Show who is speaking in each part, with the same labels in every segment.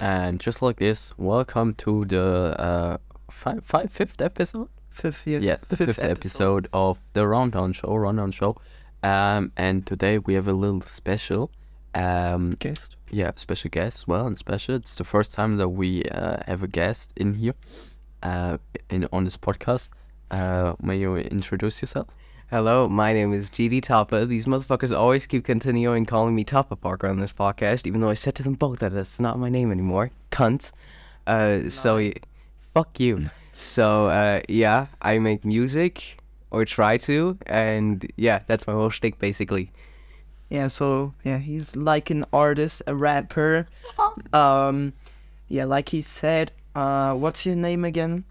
Speaker 1: And just like this, welcome to the uh, five, five, fifth episode.
Speaker 2: Fifth, yes.
Speaker 1: Yeah, the fifth, episode of the Rundown Show. Rundown Show. Um, and today we have a little special. Um,
Speaker 2: Guest.
Speaker 1: yeah, special guest as well and special. It's the first time that we uh, have a guest in here, uh, in on this podcast. Uh, may you introduce yourself?
Speaker 3: Hello, my name is GD Tapa. These motherfuckers always keep continuing calling me Tapa Parker on this podcast, even though I said to them both that that's not my name anymore. Cunts. Uh, so, y- fuck you. so, uh, yeah, I make music, or try to, and yeah, that's my whole shtick, basically.
Speaker 2: Yeah, so yeah, he's like an artist, a rapper. Um, yeah, like he said. Uh, what's your name again?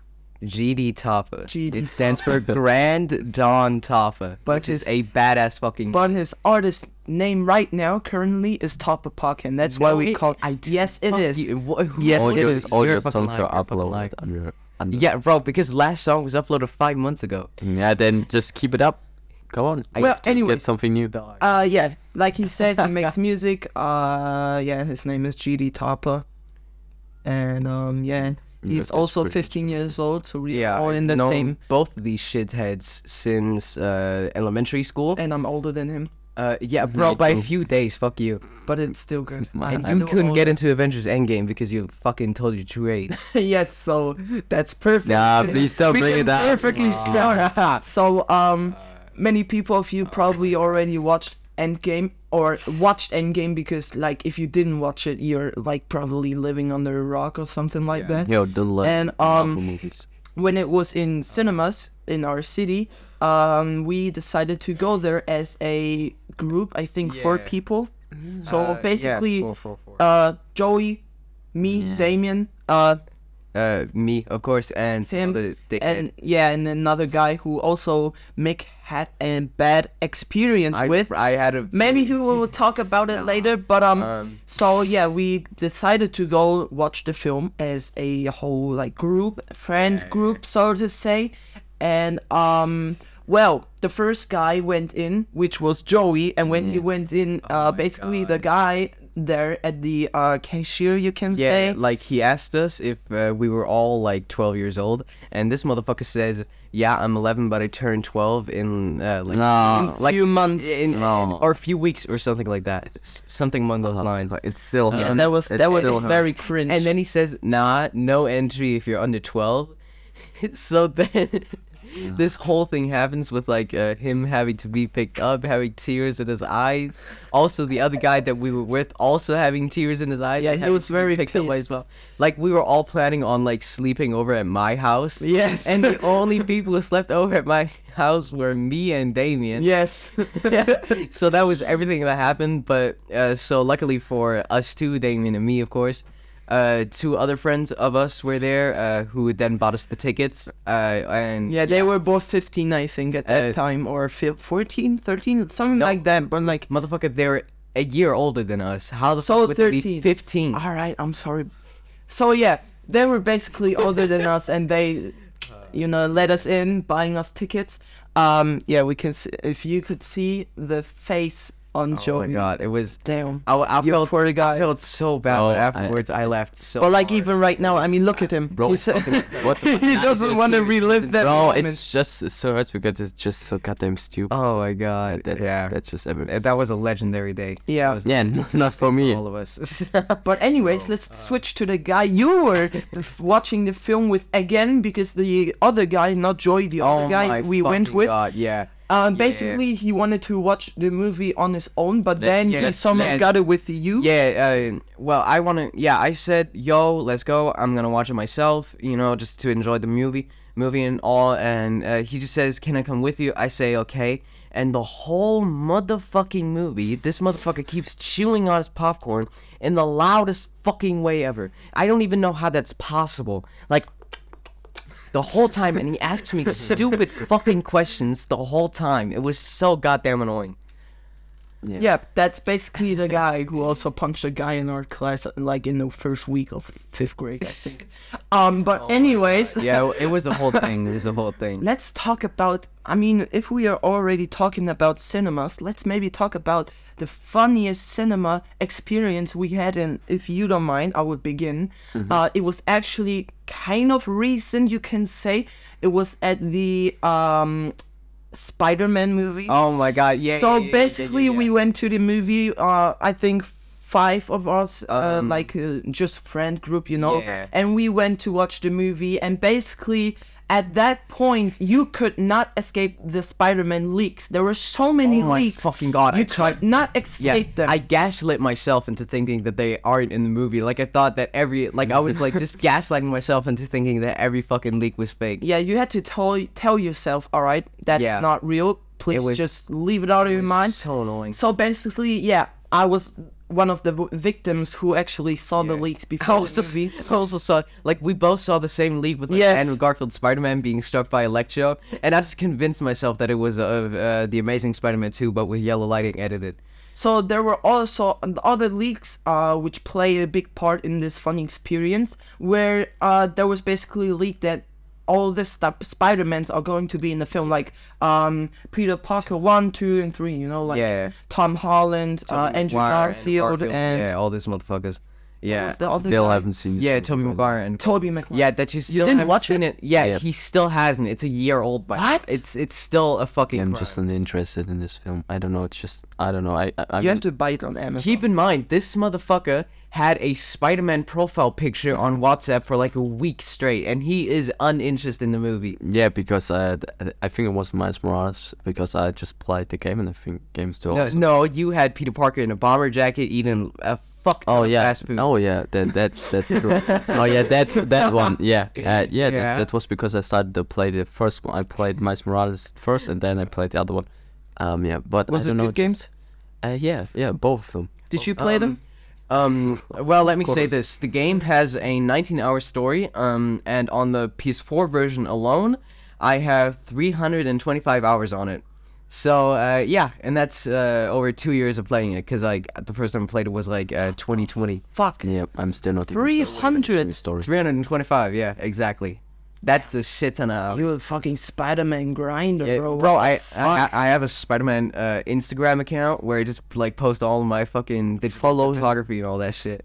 Speaker 3: GD Tapa.
Speaker 2: GD.
Speaker 3: It stands for Grand Don Tapa,
Speaker 2: But
Speaker 3: which is
Speaker 2: his-
Speaker 3: a badass fucking.
Speaker 2: But his artist name right now currently is Top of Pocket, and that's why
Speaker 3: No,
Speaker 2: we
Speaker 3: it-
Speaker 2: call.
Speaker 3: I d-
Speaker 2: yes, it
Speaker 3: fuck
Speaker 2: is.
Speaker 3: you. Wha- who-
Speaker 2: Yes,
Speaker 1: all
Speaker 2: it
Speaker 1: your,
Speaker 2: is.
Speaker 1: All
Speaker 3: You're
Speaker 1: your
Speaker 3: a fucking
Speaker 1: songs
Speaker 3: liar.
Speaker 1: are
Speaker 3: You're a fucking liar.
Speaker 1: uploaded under, under.
Speaker 3: Yeah, bro, because last song was uploaded five months ago.
Speaker 1: Yeah, then just keep it up. Go on. I
Speaker 2: Well,
Speaker 1: have to
Speaker 2: anyways,
Speaker 1: get something new.
Speaker 2: Uh, yeah, like he said, he makes music. Uh, yeah, his name is GD Tapa, and um, yeah, he's
Speaker 1: Mm, that's
Speaker 2: also
Speaker 1: pretty
Speaker 2: 15 years old. So we
Speaker 3: Yeah,
Speaker 2: are all in the
Speaker 3: known
Speaker 2: same,
Speaker 3: Both of these shitheads since uh, elementary school.
Speaker 2: and I'm older than him,
Speaker 3: Uh, yeah, bro, by a few days. Fuck you.
Speaker 2: but it's still good.
Speaker 1: My-
Speaker 3: And
Speaker 1: I'm
Speaker 3: you couldn't get into Avengers Endgame because you fucking told your true age.
Speaker 2: yes, so that's perfect.
Speaker 1: Nah, please don't
Speaker 2: We
Speaker 1: bring
Speaker 2: can
Speaker 1: it up.
Speaker 2: Perfectly start. So, um, many people of you probably already watched Endgame or watched Endgame because, like, if you didn't watch it, you're like probably living under a rock or something like that.
Speaker 1: Yo, don't let
Speaker 2: And,
Speaker 1: Marvel
Speaker 2: um,
Speaker 1: movies.
Speaker 2: When it was in cinemas in our city, um, we decided to go there as a group. I think four
Speaker 3: Yeah.
Speaker 2: people. So
Speaker 3: Uh, yeah,
Speaker 2: basically,
Speaker 3: four, four, four.
Speaker 2: uh, Joey, me, Damien, uh,
Speaker 3: Uh, me, of course, and
Speaker 2: Tim
Speaker 3: the dickhead.
Speaker 2: and yeah, and another guy who also Mick had a bad experience
Speaker 3: I,
Speaker 2: with.
Speaker 3: I had a
Speaker 2: Maybe we will talk about it later. But um,
Speaker 3: Um,
Speaker 2: so yeah, we decided to go watch the film as a whole like group, friend group, so to say, and um. Well, the first guy went in, which was Joey, and when he went in,
Speaker 3: Oh
Speaker 2: uh, basically the guy there at the uh, cashier, you can
Speaker 3: Yeah,
Speaker 2: say,
Speaker 3: like he asked us if uh, we were all like 12 years old, and this motherfucker says, "Yeah, I'm 11, but I turned 12 in uh, like
Speaker 1: No.
Speaker 3: in like
Speaker 2: few months.
Speaker 3: in,
Speaker 1: No. Oh,
Speaker 3: or a few weeks or something like that, S- something along those lines."
Speaker 1: It's still
Speaker 2: Yeah,
Speaker 1: him.
Speaker 2: that was
Speaker 1: It's
Speaker 2: that was
Speaker 1: still him.
Speaker 2: very cringe.
Speaker 3: And then he says, "Nah, no entry if you're under 12." so then. This whole thing happens with like uh, him having to be picked up, having tears in his eyes. Also, the other guy that we were with also having tears in his eyes.
Speaker 2: Yeah,
Speaker 3: and
Speaker 2: he
Speaker 3: having
Speaker 2: was
Speaker 3: to be
Speaker 2: very
Speaker 3: picked up by
Speaker 2: pissed.
Speaker 3: as well. Like we were all planning on like sleeping over at my house.
Speaker 2: Yes.
Speaker 3: And the only people who slept over at my house were me and Damien.
Speaker 2: yes,
Speaker 3: so that was everything that happened. But uh, so luckily for us two, Damien and me, of course, uh, two other friends of us were there uh, who then bought us the tickets. Uh, and
Speaker 2: yeah, they were both 15, I think, at that
Speaker 3: Uh,
Speaker 2: time, or fi- 14, 13, something like that. But like,
Speaker 3: motherfucker, they're a year older than us. How the
Speaker 2: So Oh,
Speaker 3: fuck would they be
Speaker 2: 13.
Speaker 3: fifteen?
Speaker 2: all right, I'm sorry. So yeah, they were basically older than us, and they, you know, let us in, buying us tickets. Um, yeah, we can. See, if you could see the face on
Speaker 3: Oh my
Speaker 2: Joey,
Speaker 3: god, it was.
Speaker 2: damn.
Speaker 3: I, I felt
Speaker 2: poor guy.
Speaker 3: I felt so bad
Speaker 1: Oh,
Speaker 3: but
Speaker 1: I-
Speaker 3: afterwards. I, laughed so.
Speaker 2: But like
Speaker 3: hard.
Speaker 2: even right now, I mean, look at him.
Speaker 1: Bro,
Speaker 2: He's-
Speaker 1: what the
Speaker 2: he doesn't want to relive that.
Speaker 1: No,
Speaker 2: moment.
Speaker 1: it's just so hard because it's just so goddamn stupid.
Speaker 3: Oh my god.
Speaker 1: That's,
Speaker 3: yeah.
Speaker 1: that's just everything.
Speaker 3: Uh, that was a legendary day.
Speaker 2: Yeah.
Speaker 3: That was
Speaker 1: Yeah, n- not for me.
Speaker 3: All of us.
Speaker 2: But
Speaker 3: Oh,
Speaker 2: anyways, let's
Speaker 3: uh.
Speaker 2: switch to the guy you were f- watching the film with again because the other guy, not Joy, the other
Speaker 3: Oh
Speaker 2: guy
Speaker 3: my
Speaker 2: we went
Speaker 3: fucking
Speaker 2: with.
Speaker 3: God, yeah.
Speaker 2: Uh, basically, he wanted to watch the movie on his own, but then
Speaker 3: yeah,
Speaker 2: he
Speaker 3: let's-
Speaker 2: somehow
Speaker 3: let's-
Speaker 2: got it with you.
Speaker 3: Yeah, uh, well, I want to. Yeah, I said, yo, let's go. I'm gonna watch it myself, you know, just to enjoy the movie, movie and all. And uh, he just says, can I come with you? I say, okay. And the whole motherfucking movie, this motherfucker keeps chewing on his popcorn in the loudest fucking way ever. I don't even know how that's possible. Like, the whole time, and he asked me stupid fucking questions the whole time. It was so goddamn annoying.
Speaker 1: Yeah.
Speaker 2: Yeah, that's basically the guy who also punched a guy in our class, like in the first week of fifth grade, I think. Um, but
Speaker 3: Oh
Speaker 2: anyways,
Speaker 3: Yeah, it was a whole thing. It was a whole thing.
Speaker 2: let's talk about. I mean, if we are already talking about cinemas, let's maybe talk about the funniest cinema experience we had. And if you don't mind, I would begin. Uh, it was actually kind of recent, you can say. It was at the um, Spider-Man movie.
Speaker 3: Oh my god, yeah.
Speaker 2: So
Speaker 3: yeah, yeah, yeah,
Speaker 2: basically,
Speaker 3: yeah,
Speaker 2: we
Speaker 3: yeah.
Speaker 2: went to the movie. Uh, I think five of us, uh, like uh, just friend group, you know,
Speaker 3: Um, Yeah.
Speaker 2: and we went to watch the movie. And basically, at that point, you could not escape the Spider-Man leaks. There were so many
Speaker 3: Oh my
Speaker 2: leaks.
Speaker 3: fucking god,
Speaker 2: You
Speaker 3: I tried-
Speaker 2: could not
Speaker 3: Yeah,
Speaker 2: escape them.
Speaker 3: I gaslit myself into thinking that they aren't in the movie. Like I thought that every like I was like just gaslighting myself into thinking that every fucking leak was fake.
Speaker 2: yeah, you had to tell tell yourself, all right, that's
Speaker 3: Yeah.
Speaker 2: not real. Please
Speaker 3: was-
Speaker 2: just leave it out of your mind.
Speaker 3: So annoying.
Speaker 2: So basically, yeah, I was one of the v- victims who actually saw the
Speaker 3: Yeah. Oh,
Speaker 2: leaks
Speaker 3: I
Speaker 2: before the
Speaker 3: also,
Speaker 2: movie.
Speaker 3: I also saw like we both saw the same leak with like,
Speaker 2: Yes.
Speaker 3: Andrew Garfield Spider-Man being struck by Electro, and I just convinced myself that it was uh, uh, the Amazing Spider-Man 2, but with yellow lighting edited.
Speaker 2: So there were also other leaks, uh, which play a big part in this funny experience, where uh, there was basically a leak that all the stuff Spider-Mans are going to be in the film, like um, Peter Parker one, two, and three. You know, like
Speaker 3: Yeah.
Speaker 2: Tom Holland, uh, Andrew
Speaker 3: Maguire and
Speaker 2: Garfield, and,
Speaker 3: yeah, all these motherfuckers. Yeah,
Speaker 2: what's the other
Speaker 1: Still
Speaker 2: guy?
Speaker 1: haven't seen.
Speaker 3: yeah,
Speaker 1: Toby
Speaker 3: Tobey Maguire and
Speaker 2: Tobey Maguire.
Speaker 3: yeah, that you still
Speaker 2: didn't
Speaker 3: haven't
Speaker 2: watch
Speaker 3: seen it. Yeah,
Speaker 1: Yeah.
Speaker 3: he still hasn't. It's a year old. But
Speaker 2: What?
Speaker 3: It's it's still a fucking.
Speaker 1: I'm
Speaker 3: crime.
Speaker 1: just uninterested in this film. I don't know. It's just I don't know. I I, I
Speaker 2: you have to buy it on Amazon.
Speaker 3: Keep in mind, this motherfucker had a Spider-Man profile picture on WhatsApp for like a week straight, and he is uninterested in the movie.
Speaker 1: yeah because I I think it was Miles Morales because I just played the game and I think game still.
Speaker 3: No, no, you had Peter Parker in a bomber jacket eating a fuck. ton
Speaker 1: Oh
Speaker 3: of
Speaker 1: yeah.
Speaker 3: fast food.
Speaker 1: Oh yeah. That that that's true. oh yeah. That that one. Yeah. Uh, yeah.
Speaker 3: Yeah.
Speaker 1: That, that was because I started to play the first one. I played Miles Morales first, and then I played the other one. Um. Yeah. But
Speaker 2: Was
Speaker 1: I
Speaker 2: it
Speaker 1: don't know.
Speaker 2: good games?
Speaker 1: Uh, yeah. Yeah. Both of them.
Speaker 2: Did you play them?
Speaker 3: Oh, Um, well, let me say this: the game has a 19-hour story. Um, and on the PS4 version alone, I have 325 hours on it. So uh, yeah, and that's uh, over two years of playing it, because like the first time I played it was like uh, 2020.
Speaker 2: Fuck.
Speaker 1: Yeah. I'm still not. even
Speaker 2: Three
Speaker 1: sure what the
Speaker 2: hundred.
Speaker 1: Story.
Speaker 3: 325, yeah, exactly. That's a shit ton of hours.
Speaker 2: You a fucking Spider-Man grinder,
Speaker 3: Yeah,
Speaker 2: bro.
Speaker 3: bro, I, I I have a Spider-Man uh, Instagram account where I just like post all of my fucking did follow photography and all that shit.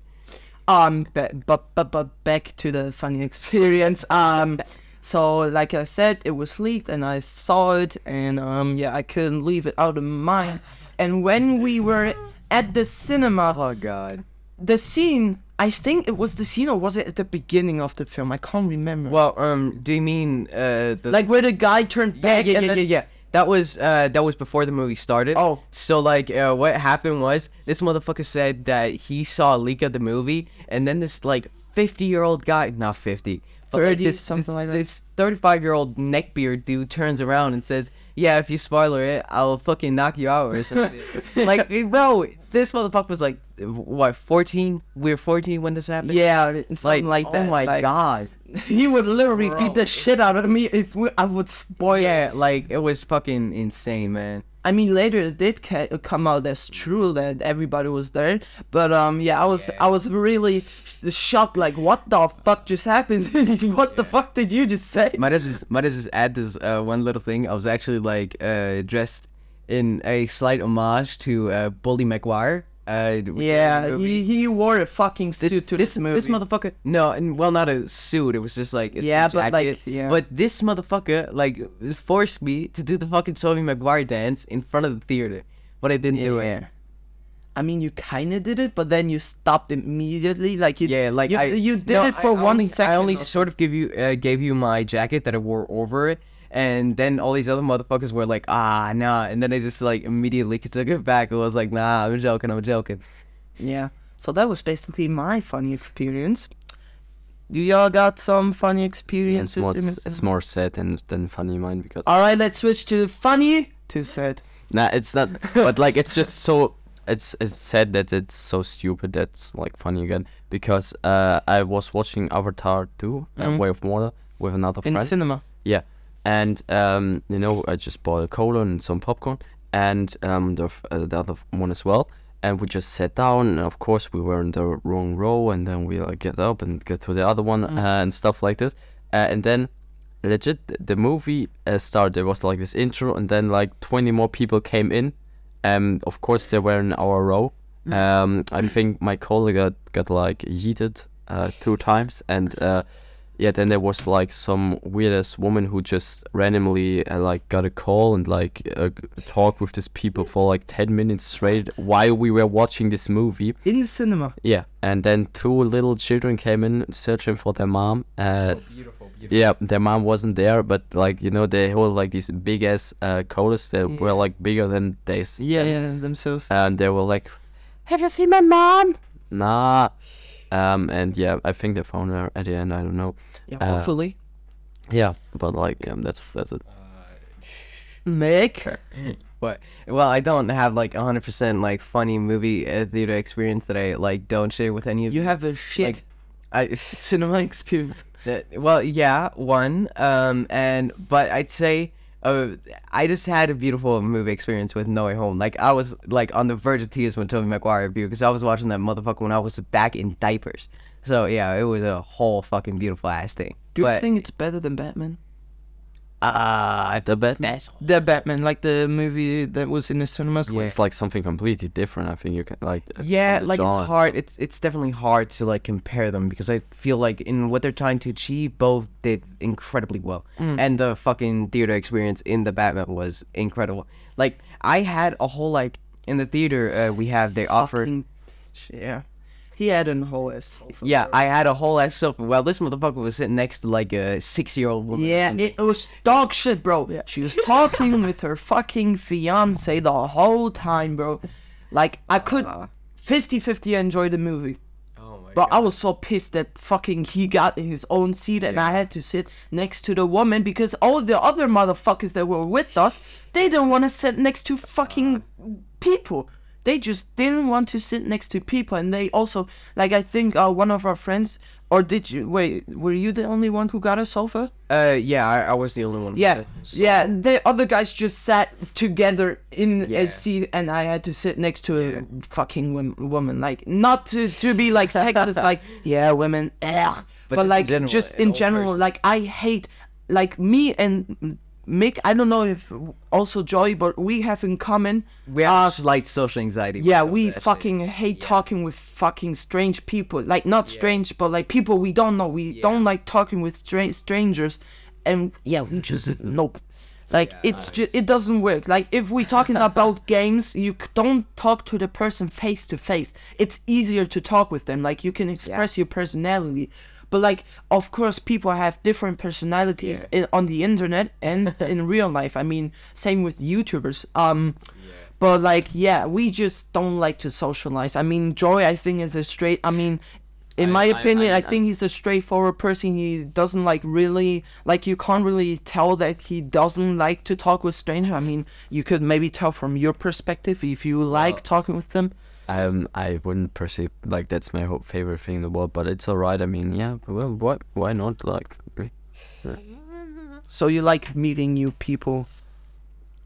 Speaker 2: um but but but but back to the funny experience um so like i said it was leaked and i saw it and um yeah i couldn't leave it out of mind and when we were at the cinema
Speaker 3: Oh god.
Speaker 2: the scene i think it was the scene or was it at the beginning of the film i can't remember
Speaker 3: Well, um, do you mean uh the
Speaker 2: like where the guy turned
Speaker 3: yeah
Speaker 2: back
Speaker 3: yeah
Speaker 2: and
Speaker 3: yeah,
Speaker 2: then-
Speaker 3: yeah yeah. That was uh that was before the movie started.
Speaker 2: Oh.
Speaker 3: So like uh, what happened was this motherfucker said that he saw a leak of the movie and then this like 50 year old guy not 50 but, like,
Speaker 2: 30,
Speaker 3: this,
Speaker 2: something
Speaker 3: this-
Speaker 2: like that.
Speaker 3: This 35 year old neckbeard dude turns around and says, "Yeah, if you spoiler it, I'll fucking knock you out or something." like eh, bro, this motherfucker was like what 14? We were 14 when this happened.
Speaker 2: yeah
Speaker 3: Like,
Speaker 2: something like,
Speaker 3: oh
Speaker 2: that
Speaker 3: my
Speaker 2: like,
Speaker 3: god.
Speaker 2: he would literally beat
Speaker 3: Bro.
Speaker 2: the shit out of me if we, i would spoil it.
Speaker 3: Yeah, like it was fucking insane, man.
Speaker 2: I mean, later it did ca- come out as true that everybody was there, but um, yeah, I was I was really shocked. Like, what the fuck just happened? what the fuck did you just say?
Speaker 3: Might as just might as just add this uh, one little thing. I was actually like uh, dressed in a slight homage to uh, Bully McGuire. Uh, which is a
Speaker 2: yeah,
Speaker 3: movie.
Speaker 2: he, he wore a fucking suit
Speaker 3: This,
Speaker 2: to
Speaker 3: this,
Speaker 2: this movie.
Speaker 3: this motherfucker. No, and well, not a suit. It was just like a
Speaker 2: Yeah,
Speaker 3: suit
Speaker 2: but, like,
Speaker 3: jacket.
Speaker 2: yeah.
Speaker 3: But this motherfucker like forced me to do the fucking Toby McGuire dance in front of the theater, but I didn't do it.
Speaker 2: Yeah. I mean, you kind of did it, but then you stopped immediately. Like you,
Speaker 3: Yeah, like
Speaker 2: you,
Speaker 3: I,
Speaker 2: you did
Speaker 3: no,
Speaker 2: it for
Speaker 3: I
Speaker 2: one
Speaker 3: only,
Speaker 2: second Oh,
Speaker 3: I only
Speaker 2: or
Speaker 3: sort of give you uh, gave you my jacket that I wore over it, and then all these other motherfuckers were like, ah, nah, and then I just like immediately took it back. I was like, nah, I'm joking, I'm joking.
Speaker 2: Yeah. So that was basically my funny experience. You y'all got some funny
Speaker 1: It's
Speaker 2: experiences?
Speaker 1: more
Speaker 2: in-
Speaker 1: it's more sad than than funny mine because
Speaker 2: All right, let's switch to funny to sad.
Speaker 1: Nah, it's not. But like, it's just so. It's it's sad that it's so stupid. That's like funny again because uh, I was watching Avatar two, uh, Way of Water, with another
Speaker 2: Mm-hmm. in the
Speaker 1: friend.
Speaker 2: cinema.
Speaker 1: yeah, and um, you know, I just bought a cola and some popcorn, and um, the, f- uh, the other one as well. And we just sat down, and of course we were in the wrong row, and then we like get up and get to the other one uh, and stuff like this. Uh, and then, legit, th- the movie uh, started. There was like this intro, and then like 20 more people came in. Um, of course they were in our row. Um, I think my colleague got, got like yeeted uh, two times, and uh, yeah, then there was like some weirdest woman who just randomly uh, like got a call and like uh, talked with these people for like ten minutes straight while we were watching this movie.
Speaker 2: in the cinema.
Speaker 1: Yeah, and then two little children came in searching for their mom. Uh, yeah, their mom wasn't there, but like you know they hold like these big ass uh, collars that were like bigger than they. s-
Speaker 2: Yeah, yeah, themselves.
Speaker 1: and they were like, "Have you seen my mom?" Nah. Um, and yeah, I think they found her at the end. I don't know.
Speaker 2: yeah,
Speaker 1: uh,
Speaker 2: hopefully.
Speaker 1: Yeah, but like, um, that's that's it.
Speaker 2: Make
Speaker 3: What? Well, I don't have like 100% like funny movie uh, theater experience that I like don't share with any of
Speaker 2: you have a shit
Speaker 3: Like, I
Speaker 2: cinema experience.
Speaker 3: that, well, yeah, one. Um, and but I'd say, uh, I just had a beautiful movie experience with No Way Home. Like I was like on the verge of tears when Tobey Maguire appeared because I was watching that motherfucker when I was back in diapers. So yeah, it was a whole fucking beautiful ass thing.
Speaker 2: Do you
Speaker 3: But-
Speaker 2: think it's better than Batman?
Speaker 1: Ah, the bad
Speaker 2: The Batman, like the movie that was in the cinemas.
Speaker 1: It's like something completely different. I think you can like. uh,
Speaker 3: Yeah,
Speaker 1: the
Speaker 3: like
Speaker 1: genre.
Speaker 3: it's hard. It's it's definitely hard to like compare them because I feel like in what they're trying to achieve, both did incredibly well,
Speaker 2: Mm.
Speaker 3: and the fucking theater experience in the Batman was incredible. Like I had a whole like in the theater uh, we have they offer.
Speaker 2: Fucking bitch, Yeah. He had an whole ass.
Speaker 3: Yeah, I had a whole ass sofa. Well, this motherfucker was sitting next to like a six-year-old woman.
Speaker 2: Yeah, it, it was dog shit, bro. She was talking with her fucking fiance the whole time, bro. Like, I could 50 50 enjoy the movie.
Speaker 3: Oh my
Speaker 2: But I was so pissed that fucking he got in his own seat and I had to sit next to the woman because all the other motherfuckers that were with us, they didn't want to sit next to fucking people. They just didn't want to sit next to people and they also like I think uh, one of our friends or did you wait, were you the only one who got a sofa?
Speaker 3: Uh, yeah, I, I was the only one.
Speaker 2: Yeah, yeah. The other guys just sat together in
Speaker 3: Yeah.
Speaker 2: a seat, and I had to sit next to a fucking wom- woman. Like, not to, to be like sexist, like yeah, women. Ugh. But,
Speaker 3: just in
Speaker 2: like,
Speaker 3: general,
Speaker 2: just
Speaker 3: an
Speaker 2: in
Speaker 3: old
Speaker 2: general,
Speaker 3: person.
Speaker 2: like I hate, like me and Mick. I don't know if also Joy, but we have in common.
Speaker 3: we have
Speaker 2: uh,
Speaker 3: slight social anxiety.
Speaker 2: yeah,
Speaker 3: with
Speaker 2: we
Speaker 3: that shit.
Speaker 2: fucking hate talking with fucking strange people. Like not strange, but like people we don't know. We don't like talking with stra- strangers, and yeah, we just nope. Like it's just it doesn't work. Like if we're talking about games, you c- don't talk to the person face to face. It's easier to talk with them. Like you can express your personality. But like, of course, people have different personalities in, on the internet and in real life. I mean, same with YouTubers. Um, but like, yeah, we just don't like to socialize. I mean, Joy, I think is a straight. I mean, in my opinion, I, think he's a straightforward person. He doesn't like really like you can't really tell that he doesn't like to talk with strangers. I mean, you could maybe tell from your perspective if you like talking with them.
Speaker 1: Um, I wouldn't perceive like that's my ho- favorite thing in the world, but it's alright. I mean, yeah. Well, what? Why not? Like, eh,
Speaker 2: So you like meeting new people.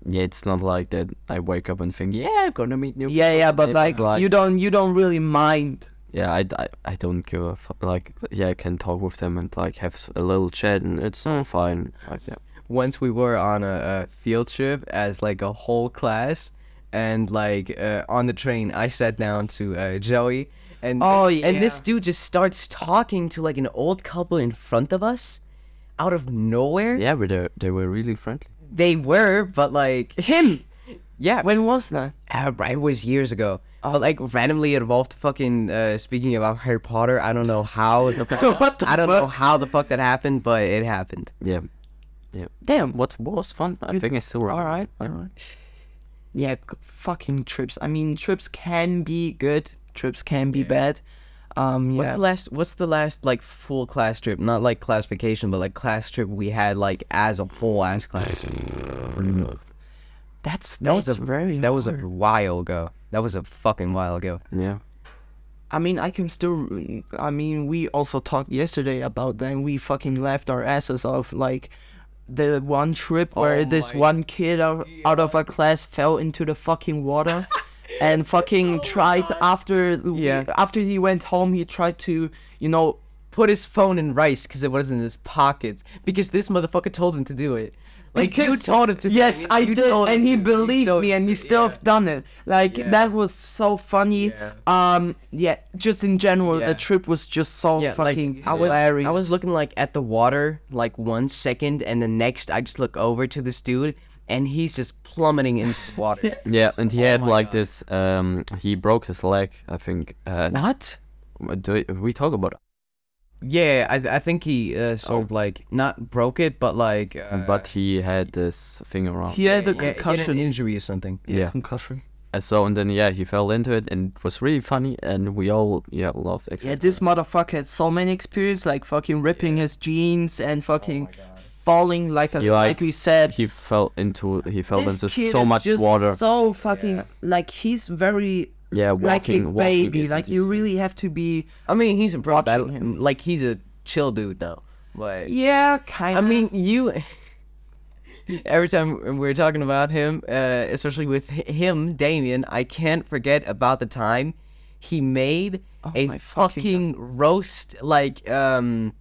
Speaker 1: yeah. It's not like that. I wake up and think, yeah, I'm gonna meet new.
Speaker 2: Yeah, yeah, but
Speaker 1: Eh,
Speaker 2: like,
Speaker 1: like-
Speaker 2: you don't you don't really mind.
Speaker 1: Yeah, I, d- I, I don't give a fuck. Like, yeah, I can talk with them and like have s- a little chat, and it's all fine. Like, yeah.
Speaker 3: once we were on a, a field trip as like a whole class and like uh, on the train i sat down to uh, joey and
Speaker 2: Oh,
Speaker 3: and this
Speaker 2: yeah.
Speaker 3: dude just starts talking to like an old couple in front of us out of nowhere
Speaker 1: Yeah, but they they were really friendly.
Speaker 3: they were but like him yeah
Speaker 2: When was that?
Speaker 3: uh, it was years ago uh, like randomly it involved fucking uh, speaking about harry potter i don't know how the fuck,
Speaker 2: What the
Speaker 3: i don't know
Speaker 2: fuck?
Speaker 3: how the fuck that happened but it happened
Speaker 1: Yeah.
Speaker 2: Damn.
Speaker 1: What was fun? I think it's still
Speaker 2: Alright, alright. Yeah, g- fucking trips. I mean, trips can be good. Trips can be bad. Um,
Speaker 3: What's
Speaker 2: yeah.
Speaker 3: the last? What's the last like full class trip? Not like class vacation, but like class trip we had like as a full ass class.
Speaker 2: That's that was
Speaker 3: was a-
Speaker 2: very.
Speaker 3: That was a while ago. That was a fucking while ago.
Speaker 1: Yeah.
Speaker 2: I mean, I can still. I mean, we also talked yesterday about that. and We fucking laughed our asses off. Like, the one trip where
Speaker 3: Oh
Speaker 2: this
Speaker 3: my-
Speaker 2: one kid out, out of our class fell into the fucking water and fucking tried after
Speaker 3: Yeah.
Speaker 2: after he went home he tried to you know
Speaker 3: Put his phone in rice because it was in his pockets because this motherfucker told him to do it. Like you
Speaker 2: Because-
Speaker 3: told him to. do
Speaker 2: Yes,
Speaker 3: it,
Speaker 2: I
Speaker 3: you
Speaker 2: did,
Speaker 3: told him
Speaker 2: and he
Speaker 3: to, you
Speaker 2: believed
Speaker 3: told
Speaker 2: me,
Speaker 3: him
Speaker 2: and
Speaker 3: to,
Speaker 2: he still
Speaker 3: yeah.
Speaker 2: have done it. Like
Speaker 3: Yeah.
Speaker 2: that was so funny.
Speaker 3: Yeah.
Speaker 2: Um, yeah, just in general,
Speaker 3: Yeah.
Speaker 2: the trip was just so
Speaker 3: Yeah, like,
Speaker 2: fucking
Speaker 3: I was
Speaker 2: hilarious.
Speaker 3: I was looking like at the water like one second, and the next I just look over to this dude, and he's just plummeting into the water.
Speaker 1: Yeah, and
Speaker 2: Oh
Speaker 1: he had
Speaker 3: my
Speaker 1: like
Speaker 3: God.
Speaker 1: this. Um, he broke his leg, I think. Uh,
Speaker 3: what?
Speaker 1: what do we talk about?
Speaker 3: Yeah, I I think he uh, sort of like not broke it, but like uh,
Speaker 1: but he had this thing around.
Speaker 2: he had a
Speaker 3: yeah, he had an
Speaker 2: concussion.
Speaker 3: injury or something.
Speaker 1: yeah.
Speaker 2: concussion.
Speaker 1: And so and then yeah, he fell into it and it was really funny and we all yeah loved. Except
Speaker 2: Yeah, this motherfucker had so many experiences, like fucking ripping his jeans and fucking
Speaker 3: Oh
Speaker 2: falling like a,
Speaker 1: He,
Speaker 2: like,
Speaker 1: like,
Speaker 2: we said.
Speaker 1: he fell into he fell
Speaker 2: this
Speaker 1: into
Speaker 2: kid
Speaker 1: so
Speaker 2: is
Speaker 1: much
Speaker 2: just
Speaker 1: water.
Speaker 2: So fucking like he's very
Speaker 1: yeah,
Speaker 2: like a
Speaker 1: walking, walking
Speaker 2: baby.
Speaker 1: isn't
Speaker 2: Like
Speaker 1: his
Speaker 2: you
Speaker 1: thing.
Speaker 2: really have to be.
Speaker 3: I mean, he's a pro
Speaker 2: Watching
Speaker 3: battle.
Speaker 2: him.
Speaker 3: Like he's a chill dude though. But
Speaker 2: Yeah, kind
Speaker 3: I
Speaker 2: of.
Speaker 3: mean, you. Uh, Every time we're talking about him, uh, especially with hi- him, Damien, I can't forget about the time he made a
Speaker 2: Oh my
Speaker 3: fucking,
Speaker 2: fucking
Speaker 3: roast, like um,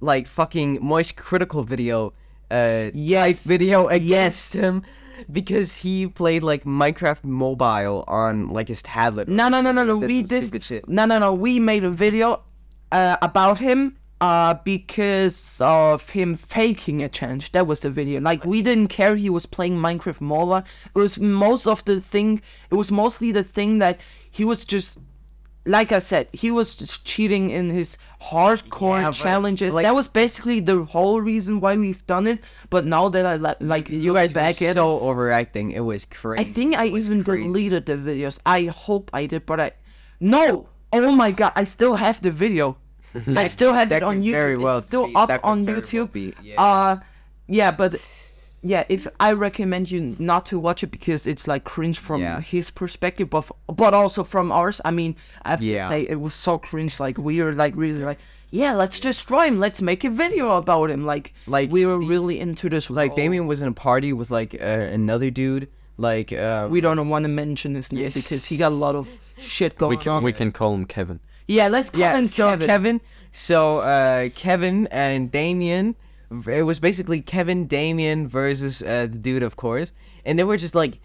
Speaker 3: like fucking moist critical video, uh, type
Speaker 2: Yes.
Speaker 3: video against him, because he played like Minecraft Mobile on like his tablet. or
Speaker 2: No, no, no, no,
Speaker 3: something.
Speaker 2: no.
Speaker 3: That's
Speaker 2: We
Speaker 3: some
Speaker 2: this.
Speaker 3: stupid shit.
Speaker 2: No, no, no. We made a video uh, about him uh, because of him faking a challenge. That was the video. Like we didn't care he was playing Minecraft MOBA. It was most of the thing. It was mostly the thing that he was just. Like I said, he was just cheating in his hardcore
Speaker 3: Yeah, but,
Speaker 2: challenges.
Speaker 3: like-
Speaker 2: that was basically the whole reason why we've done it. But now that I li- like you guys back at
Speaker 3: so overacting. It was crazy.
Speaker 2: I think I even deleted the videos. I hope I did, but I no. Oh my god, I still have the video. I still have it
Speaker 3: that
Speaker 2: on
Speaker 3: could
Speaker 2: YouTube.
Speaker 3: very well
Speaker 2: it's still
Speaker 3: be-
Speaker 2: up
Speaker 3: that could
Speaker 2: on
Speaker 3: very well
Speaker 2: YouTube.
Speaker 3: be, yeah.
Speaker 2: Uh yeah, but yeah, if I recommend you not to watch it because it's like cringe from
Speaker 3: Yeah.
Speaker 2: his perspective, but f- but also from ours. I mean, I have to
Speaker 3: Yeah.
Speaker 2: say it was so cringe. Like we were like really like, yeah, let's destroy him. Let's make a video about him. Like
Speaker 3: Like,
Speaker 2: we were
Speaker 3: these-
Speaker 2: really into this.
Speaker 3: like
Speaker 2: role.
Speaker 3: Damien was in a party with like uh, another dude. Like uh,
Speaker 2: we don't want to mention his name
Speaker 3: Yes.
Speaker 2: because he got a lot of shit
Speaker 1: we
Speaker 2: going
Speaker 1: can
Speaker 2: on.
Speaker 1: we can call him Kevin.
Speaker 2: Yeah, let's call
Speaker 3: yeah,
Speaker 2: him
Speaker 3: so
Speaker 2: Kevin.
Speaker 3: Kevin. So uh, Kevin and Damien. It was basically Kevin Damien versus uh, the dude, of course, and they were just like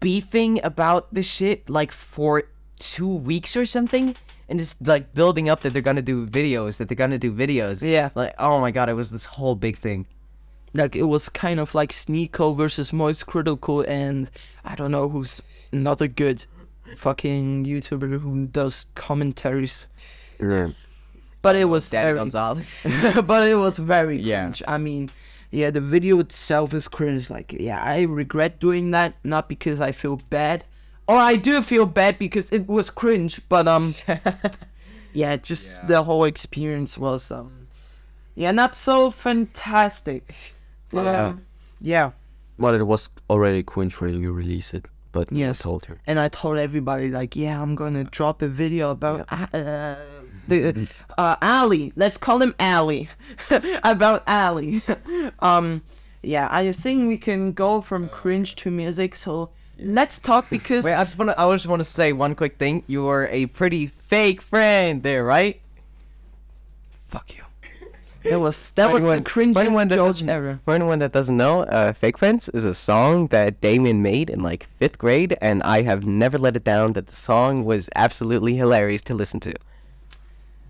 Speaker 3: beefing about the shit like for two weeks or something, and just like building up that they're gonna do videos, that they're gonna do videos.
Speaker 2: Yeah.
Speaker 3: Like oh my god, it was this whole big thing.
Speaker 2: Like it was kind of like Sneeko versus Moist Critical and I don't know who's another good fucking YouTuber who does commentaries.
Speaker 1: Yeah.
Speaker 2: But it was
Speaker 3: Daddy
Speaker 2: very,
Speaker 3: Gonzalez.
Speaker 2: but it was very
Speaker 3: Yeah.
Speaker 2: cringe. I mean, yeah, the video itself is cringe. Like, yeah, I regret doing that, not because I feel bad, or I do feel bad because it was cringe. But um, yeah, just the whole experience was um, yeah, not so fantastic. Um, yeah.
Speaker 1: Well, it was already cringe when you released it, but
Speaker 2: Yes.
Speaker 1: I told you.
Speaker 2: and I told everybody like, yeah, I'm gonna drop a video about uh, the uh, Ali. Let's call him Ali. about Ali. um, yeah, I think we can go from cringe to music. So let's talk because
Speaker 3: Wait, I just wanna, I just wanna say one quick thing. You were a pretty fake friend there, right?
Speaker 2: fuck you. That was that was the cringiest George ever.
Speaker 3: For anyone that doesn't know, uh, Fake Friends is a song that Damien made in like fifth grade, and I have never let it down that the song was absolutely hilarious to listen to.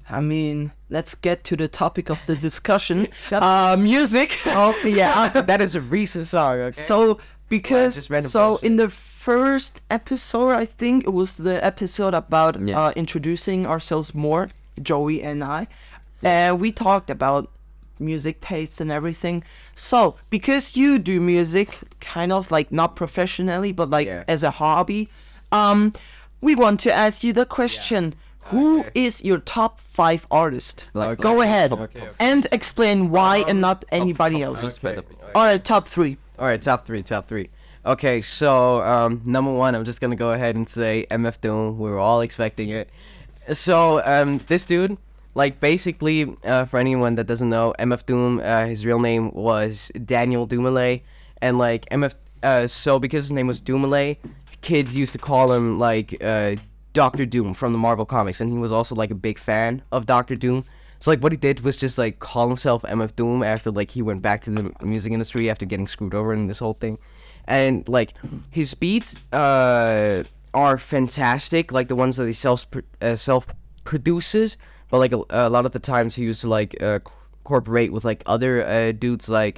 Speaker 2: I mean, let's get to the topic of the discussion. uh, music.
Speaker 3: Oh, yeah. that is a recent song, okay?
Speaker 2: So because
Speaker 3: just random
Speaker 2: so
Speaker 3: bullshit.
Speaker 2: in the first episode, I think it was the episode about
Speaker 1: Yeah.
Speaker 2: uh, introducing ourselves more, Joey and I, and we talked about music tastes and everything. So because you do music, kind of like not professionally, but like
Speaker 3: Yeah.
Speaker 2: as a hobby, um, we want to ask you the question. who is your top five artist?
Speaker 1: Like-
Speaker 2: Go
Speaker 3: Okay.
Speaker 2: ahead
Speaker 3: Okay, okay.
Speaker 2: and explain why and not anybody else.
Speaker 1: It's better.
Speaker 2: All right, top three.
Speaker 3: All right, top three, top three. Okay, so um, number one, I'm just gonna go ahead and say MF Doom. We were all expecting it. So um, this dude, Like basically, uh, for anyone that doesn't know, MF Doom, uh, his real name was Daniel Dumoulin, and like MF, uh, so because his name was Dumoulin, kids used to call him like uh, Doctor Doom from the Marvel comics, and he was also like a big fan of Doctor Doom. So like what he did was just like call himself MF Doom after like he went back to the music industry after getting screwed over and this whole thing, and like his beats uh, are fantastic, like the ones that he self uh, self produces. But like a, a lot of the times he used to like uh, c- cooperate with like other uh, dudes like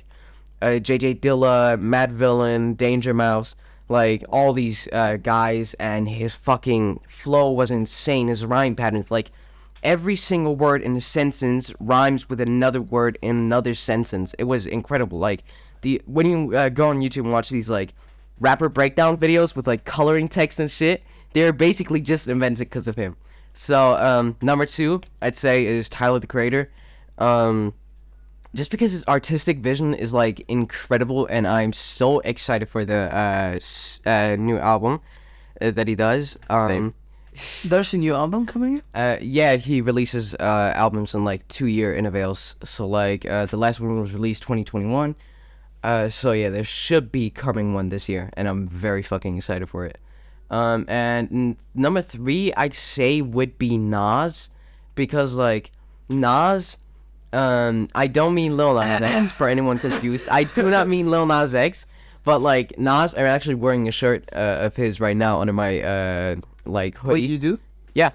Speaker 3: uh, JJ Dilla, Mad Villain, Danger Mouse, like all these uh, guys, and his fucking flow was insane. His rhyme patterns, like every single word in a sentence rhymes with another word in another sentence. It was incredible. Like the when you uh, go on YouTube and watch these like rapper breakdown videos with like coloring text and shit, they're basically just invented because of him. So um, number two, I'd say is Tyler the Creator. Um, just because his artistic vision is like incredible, and I'm so excited for the uh, s- uh, new album uh, that he does. Um,
Speaker 2: There's a new album coming.
Speaker 3: uh, yeah, he releases uh, albums in like two year intervals. So like uh, the last one was released 2021. Uh, so yeah, there should be coming one this year, and I'm very fucking excited for it. Um, and n- number three, I'd say would be Nas, because like Nas, um, I don't mean Lil Nas X for anyone confused. I do not mean Lil Nas X, but like Nas, I'm actually wearing a shirt uh, of his right now under my uh like hoodie.
Speaker 2: Wait, you do?
Speaker 3: yeah.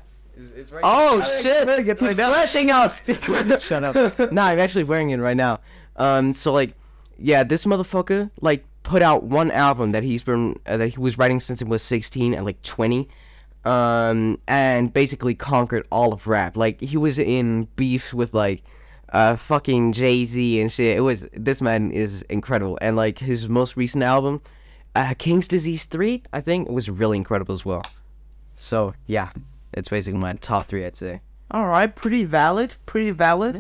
Speaker 2: Oh shit! He's flashing us. Shut up.
Speaker 3: nah, I'm actually wearing it right now. Um, so like, yeah, this motherfucker like put out one album that he's been uh, that he was writing since he was 16 and like 20, um, and basically conquered all of rap. Like he was in beefs with like, uh, fucking Jay Z and shit. It was this man is incredible, and like his most recent album, uh, King's Disease Three, I think, was really incredible as well. So yeah, that's basically my top three, I'd say.
Speaker 2: All right, pretty valid. Pretty valid.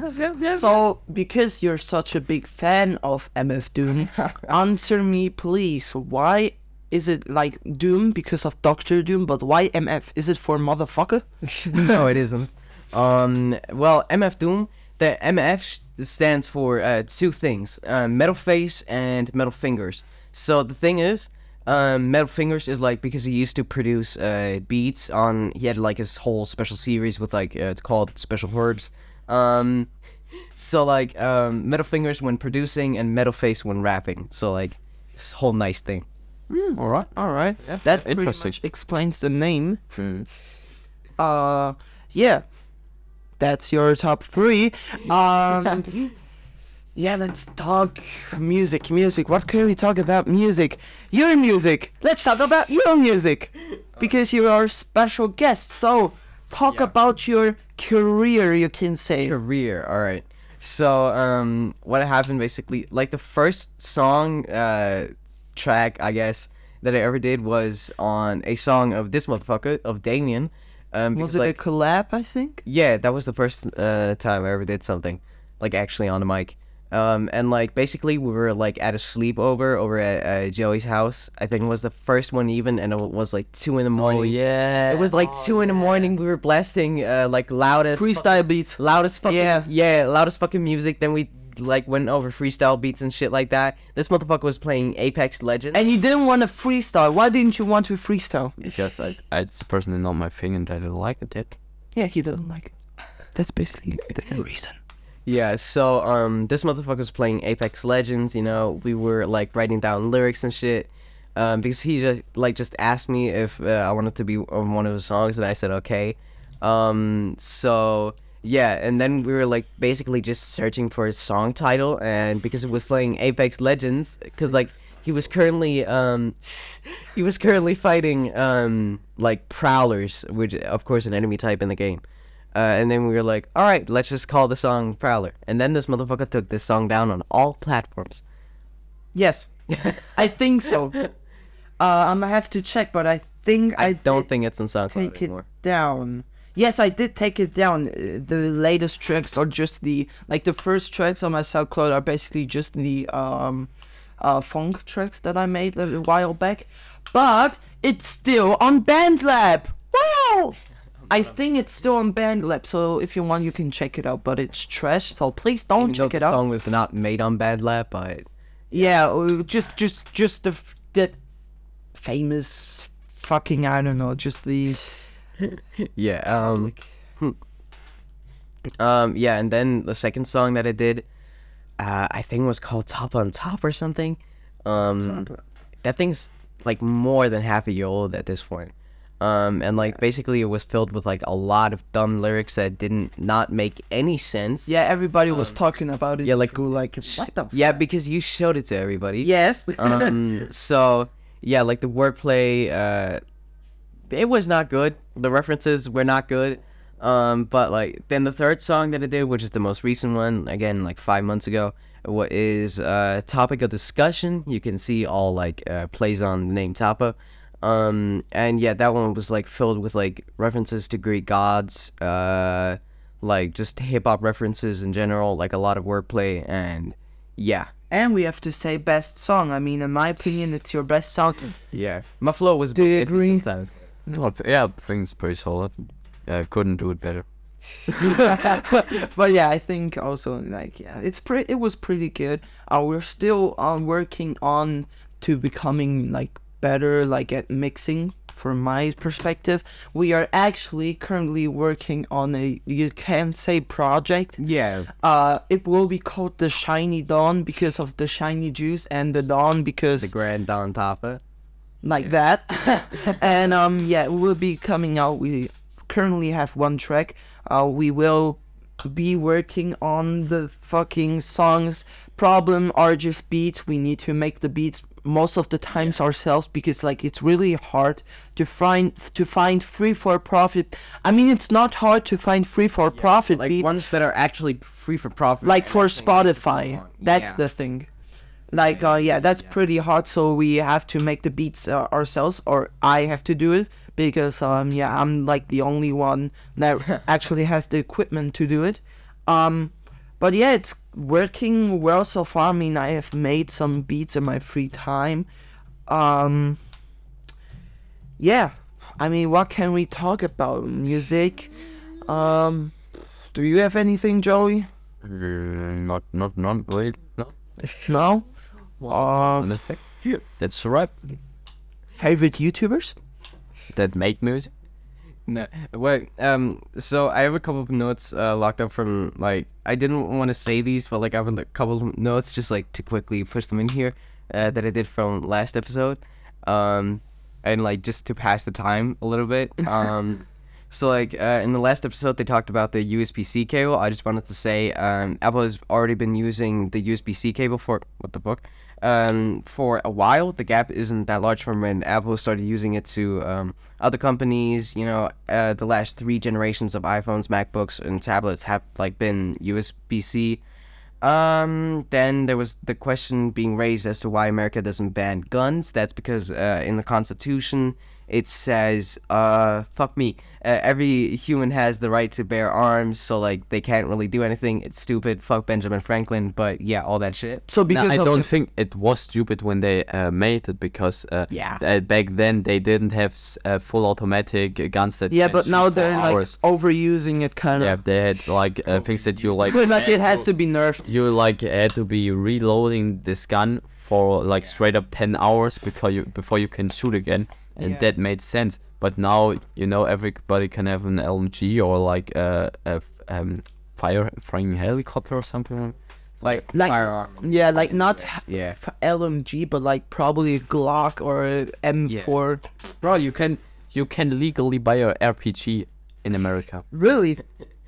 Speaker 2: So, because you're such a big fan of MF Doom, answer me, please. Why is it like Doom because of Doctor Doom, but why MF? Is it for motherfucker?
Speaker 3: no, it isn't. Um, well, MF Doom, the MF sh- stands for uh, two things uh, Metal Face and Metal Fingers. So the thing is, um, Metal Fingers is like because he used to produce uh, beats on, he had like his whole special series with like, uh, it's called Special Herbs. Um, so like, um, Metal Fingers when producing and Metal Face when rapping. So like, this whole nice thing.
Speaker 1: All right.
Speaker 2: All right. that pretty
Speaker 1: Interesting.
Speaker 2: much explains the name. Uh, yeah, that's your top three. Um, yeah, let's talk music. Music. What can we talk about? Music. Your music. Let's talk about your music, because you are a special guest. So, talk about your career. You can say.
Speaker 3: career. All right. So, um, what happened basically, like the first song, uh, track, I guess, that I ever did was on a song of this motherfucker, of Damien. Um,
Speaker 2: Was
Speaker 3: because,
Speaker 2: it
Speaker 3: like,
Speaker 2: a collab? I think.
Speaker 3: yeah, that was the first uh, time I ever did something, like actually on the mic. Um, and like basically we were like at a sleepover over at uh, Joey's house. I think it was the first one even, and it was like two in the morning.
Speaker 1: Oh yeah.
Speaker 3: It was like two in the morning. We were blasting uh, like loud as fuck-
Speaker 2: Freestyle beats.
Speaker 3: loudest fucking
Speaker 2: Yeah.
Speaker 3: yeah yeah loudest fucking music. Then we like went over freestyle beats and shit like that. This motherfucker was playing Apex Legends.
Speaker 2: And you didn't want to freestyle. Why didn't you want to freestyle?
Speaker 1: Because I, I, it's personally not my thing, and I don't like it.
Speaker 2: Yeah, he doesn't like it. That's basically the Mm. reason.
Speaker 3: yeah, so um, this motherfucker was playing Apex Legends. You know, we were like writing down lyrics and shit. Um, because he just like just asked me if uh, I wanted to be on one of his songs, and I said okay. Um, so yeah, and then we were like basically just searching for his song title, and because it was playing Apex Legends, because like he was currently um, he was currently fighting um like prowlers which of course an enemy type in the game uh, and then we were like all right let's just call the song prowler and then this motherfucker took this song down on all platforms
Speaker 2: Yes, I think so. Uh, I'm gonna have to check, but I think I,
Speaker 3: i don't
Speaker 2: did
Speaker 3: think it's in soundcloud
Speaker 2: take it
Speaker 3: anymore
Speaker 2: down. Yes, I did take it down. Uh, The latest tracks are just the like the first tracks on my SoundCloud are basically just the um, uh, funk tracks that I made a while back, but it's still on BandLab. Wow! I think it's still on Bandlab, so if you want, you can check it out. But it's trash, so please don't
Speaker 3: Even though
Speaker 2: check it
Speaker 3: the
Speaker 2: out.
Speaker 3: song was not made on Bad Lab, but
Speaker 2: Yeah, uh, just just just the f- that famous fucking I don't know, just the
Speaker 3: yeah. Um, um, yeah, and then the second song that I did, uh, I think was called Top on Top or something. Um, that thing's like more than half a year old at this point. Um, and like basically it was filled with like a lot of dumb lyrics that didn't not make any sense.
Speaker 2: yeah. Everybody was talking about it.
Speaker 3: yeah,
Speaker 2: in
Speaker 3: like-
Speaker 2: school, Um, like what the f- Uh-huh.
Speaker 3: Yeah, because you showed it to everybody.
Speaker 2: yes.
Speaker 3: um, so yeah, like the wordplay, uh, it was not good. The references were not good. Um, but like then the third song that I did, which is the most recent one, again like five months ago, what is uh topic of discussion. You can see all like uh, plays on the name Tapa. Um, and yeah, that one was like filled with like references to Greek gods, uh, like just hip hop references in general, like a lot of wordplay and yeah,
Speaker 2: and we have to say best song. I mean, in my opinion, it's your best song.
Speaker 3: Yeah, my flow was.
Speaker 2: Do you
Speaker 3: iffy
Speaker 2: agree?
Speaker 3: Sometimes.
Speaker 1: No, I th- yeah, I think it's pretty solid. Uh, couldn't do it better.
Speaker 2: but yeah, I think also like yeah, it's pretty. It was pretty good. Uh, we're still um, working on to becoming like better, like at mixing. From my perspective, we are actually currently working on a you can say project.
Speaker 3: Yeah,
Speaker 2: Uh, it will be called the Shiny Dawn because of the shiny juice and the dawn because
Speaker 3: Grand Don Tapa.
Speaker 2: like that. and um yeah, we will be coming out. We currently have one track. Uh we will be working on the fucking songs. Problem are just beats. We need to make the beats most of the times ourselves because like it's really hard to find to find free for profit. I mean it's not hard to find free for profit
Speaker 3: Like
Speaker 2: beats
Speaker 3: ones that are actually free for profit.
Speaker 2: like for
Speaker 3: you
Speaker 2: Spotify.
Speaker 3: want.
Speaker 2: That's
Speaker 3: Yeah.
Speaker 2: the thing. Like uh, yeah, that's pretty hard. So we have to make the beats uh, ourselves, or I have to do it because um yeah, I'm like the only one that actually has the equipment to do it. Um, but yeah, it's working well so far. I mean, I have made some beats in my free time. Um, yeah, I mean, what can we talk about? Music. Um, do you have anything, Joey?
Speaker 1: Uh, Not, not, not really. No.
Speaker 2: No. Uh,
Speaker 1: Nothing. That's a wrap.
Speaker 2: favorite YouTubers?
Speaker 1: That made music.
Speaker 3: No, wait. Um, so I have a couple of notes uh, locked up from like I didn't want to say these, but like I have a li- couple of notes just like to quickly push them in here uh, that I did from last episode, um, and like just to pass the time a little bit. Um, so like uh, in the last episode they talked about the USB-C cable. I just wanted to say um, Apple has already been using the USB-C cable for what the fuck. um, for a while. The gap isn't that large from when Apple started using it to um, other companies. You know, uh, the last three generations of iPhones, MacBooks, and tablets have like been USB-C. Um, then there was the question being raised as to why America doesn't ban guns. That's because uh, in the Constitution it says, uh, fuck me, uh, every human has the right to bear arms, so like they can't really do anything. It's stupid. Fuck Benjamin Franklin, but yeah, all that shit.
Speaker 2: So
Speaker 1: No,
Speaker 2: because
Speaker 1: I
Speaker 2: of
Speaker 1: don't
Speaker 2: the-
Speaker 1: think it was stupid when they uh, made it because uh,
Speaker 3: Yeah.
Speaker 1: th- back then they didn't have s- uh, full automatic uh, guns that
Speaker 2: yeah, but
Speaker 1: lasted
Speaker 2: now
Speaker 1: for
Speaker 2: they're like
Speaker 1: hours.
Speaker 2: overusing it kind
Speaker 1: yeah
Speaker 2: of.
Speaker 1: they had like uh, things that you like
Speaker 2: But like it has to be nerfed.
Speaker 1: you like had to be reloading this gun for like straight up 10 hours because you before you can shoot again and
Speaker 2: Yeah.
Speaker 1: that made sense but now you know everybody can have an LMG or like a, a f- um fire flying helicopter or something like-
Speaker 3: like,
Speaker 2: Like
Speaker 3: firearm.
Speaker 2: yeah, like not h-
Speaker 3: Yeah.
Speaker 2: f- LMG, but like probably a Glock or a M4.
Speaker 1: bro you can you can legally buy a RPG in America
Speaker 2: Really?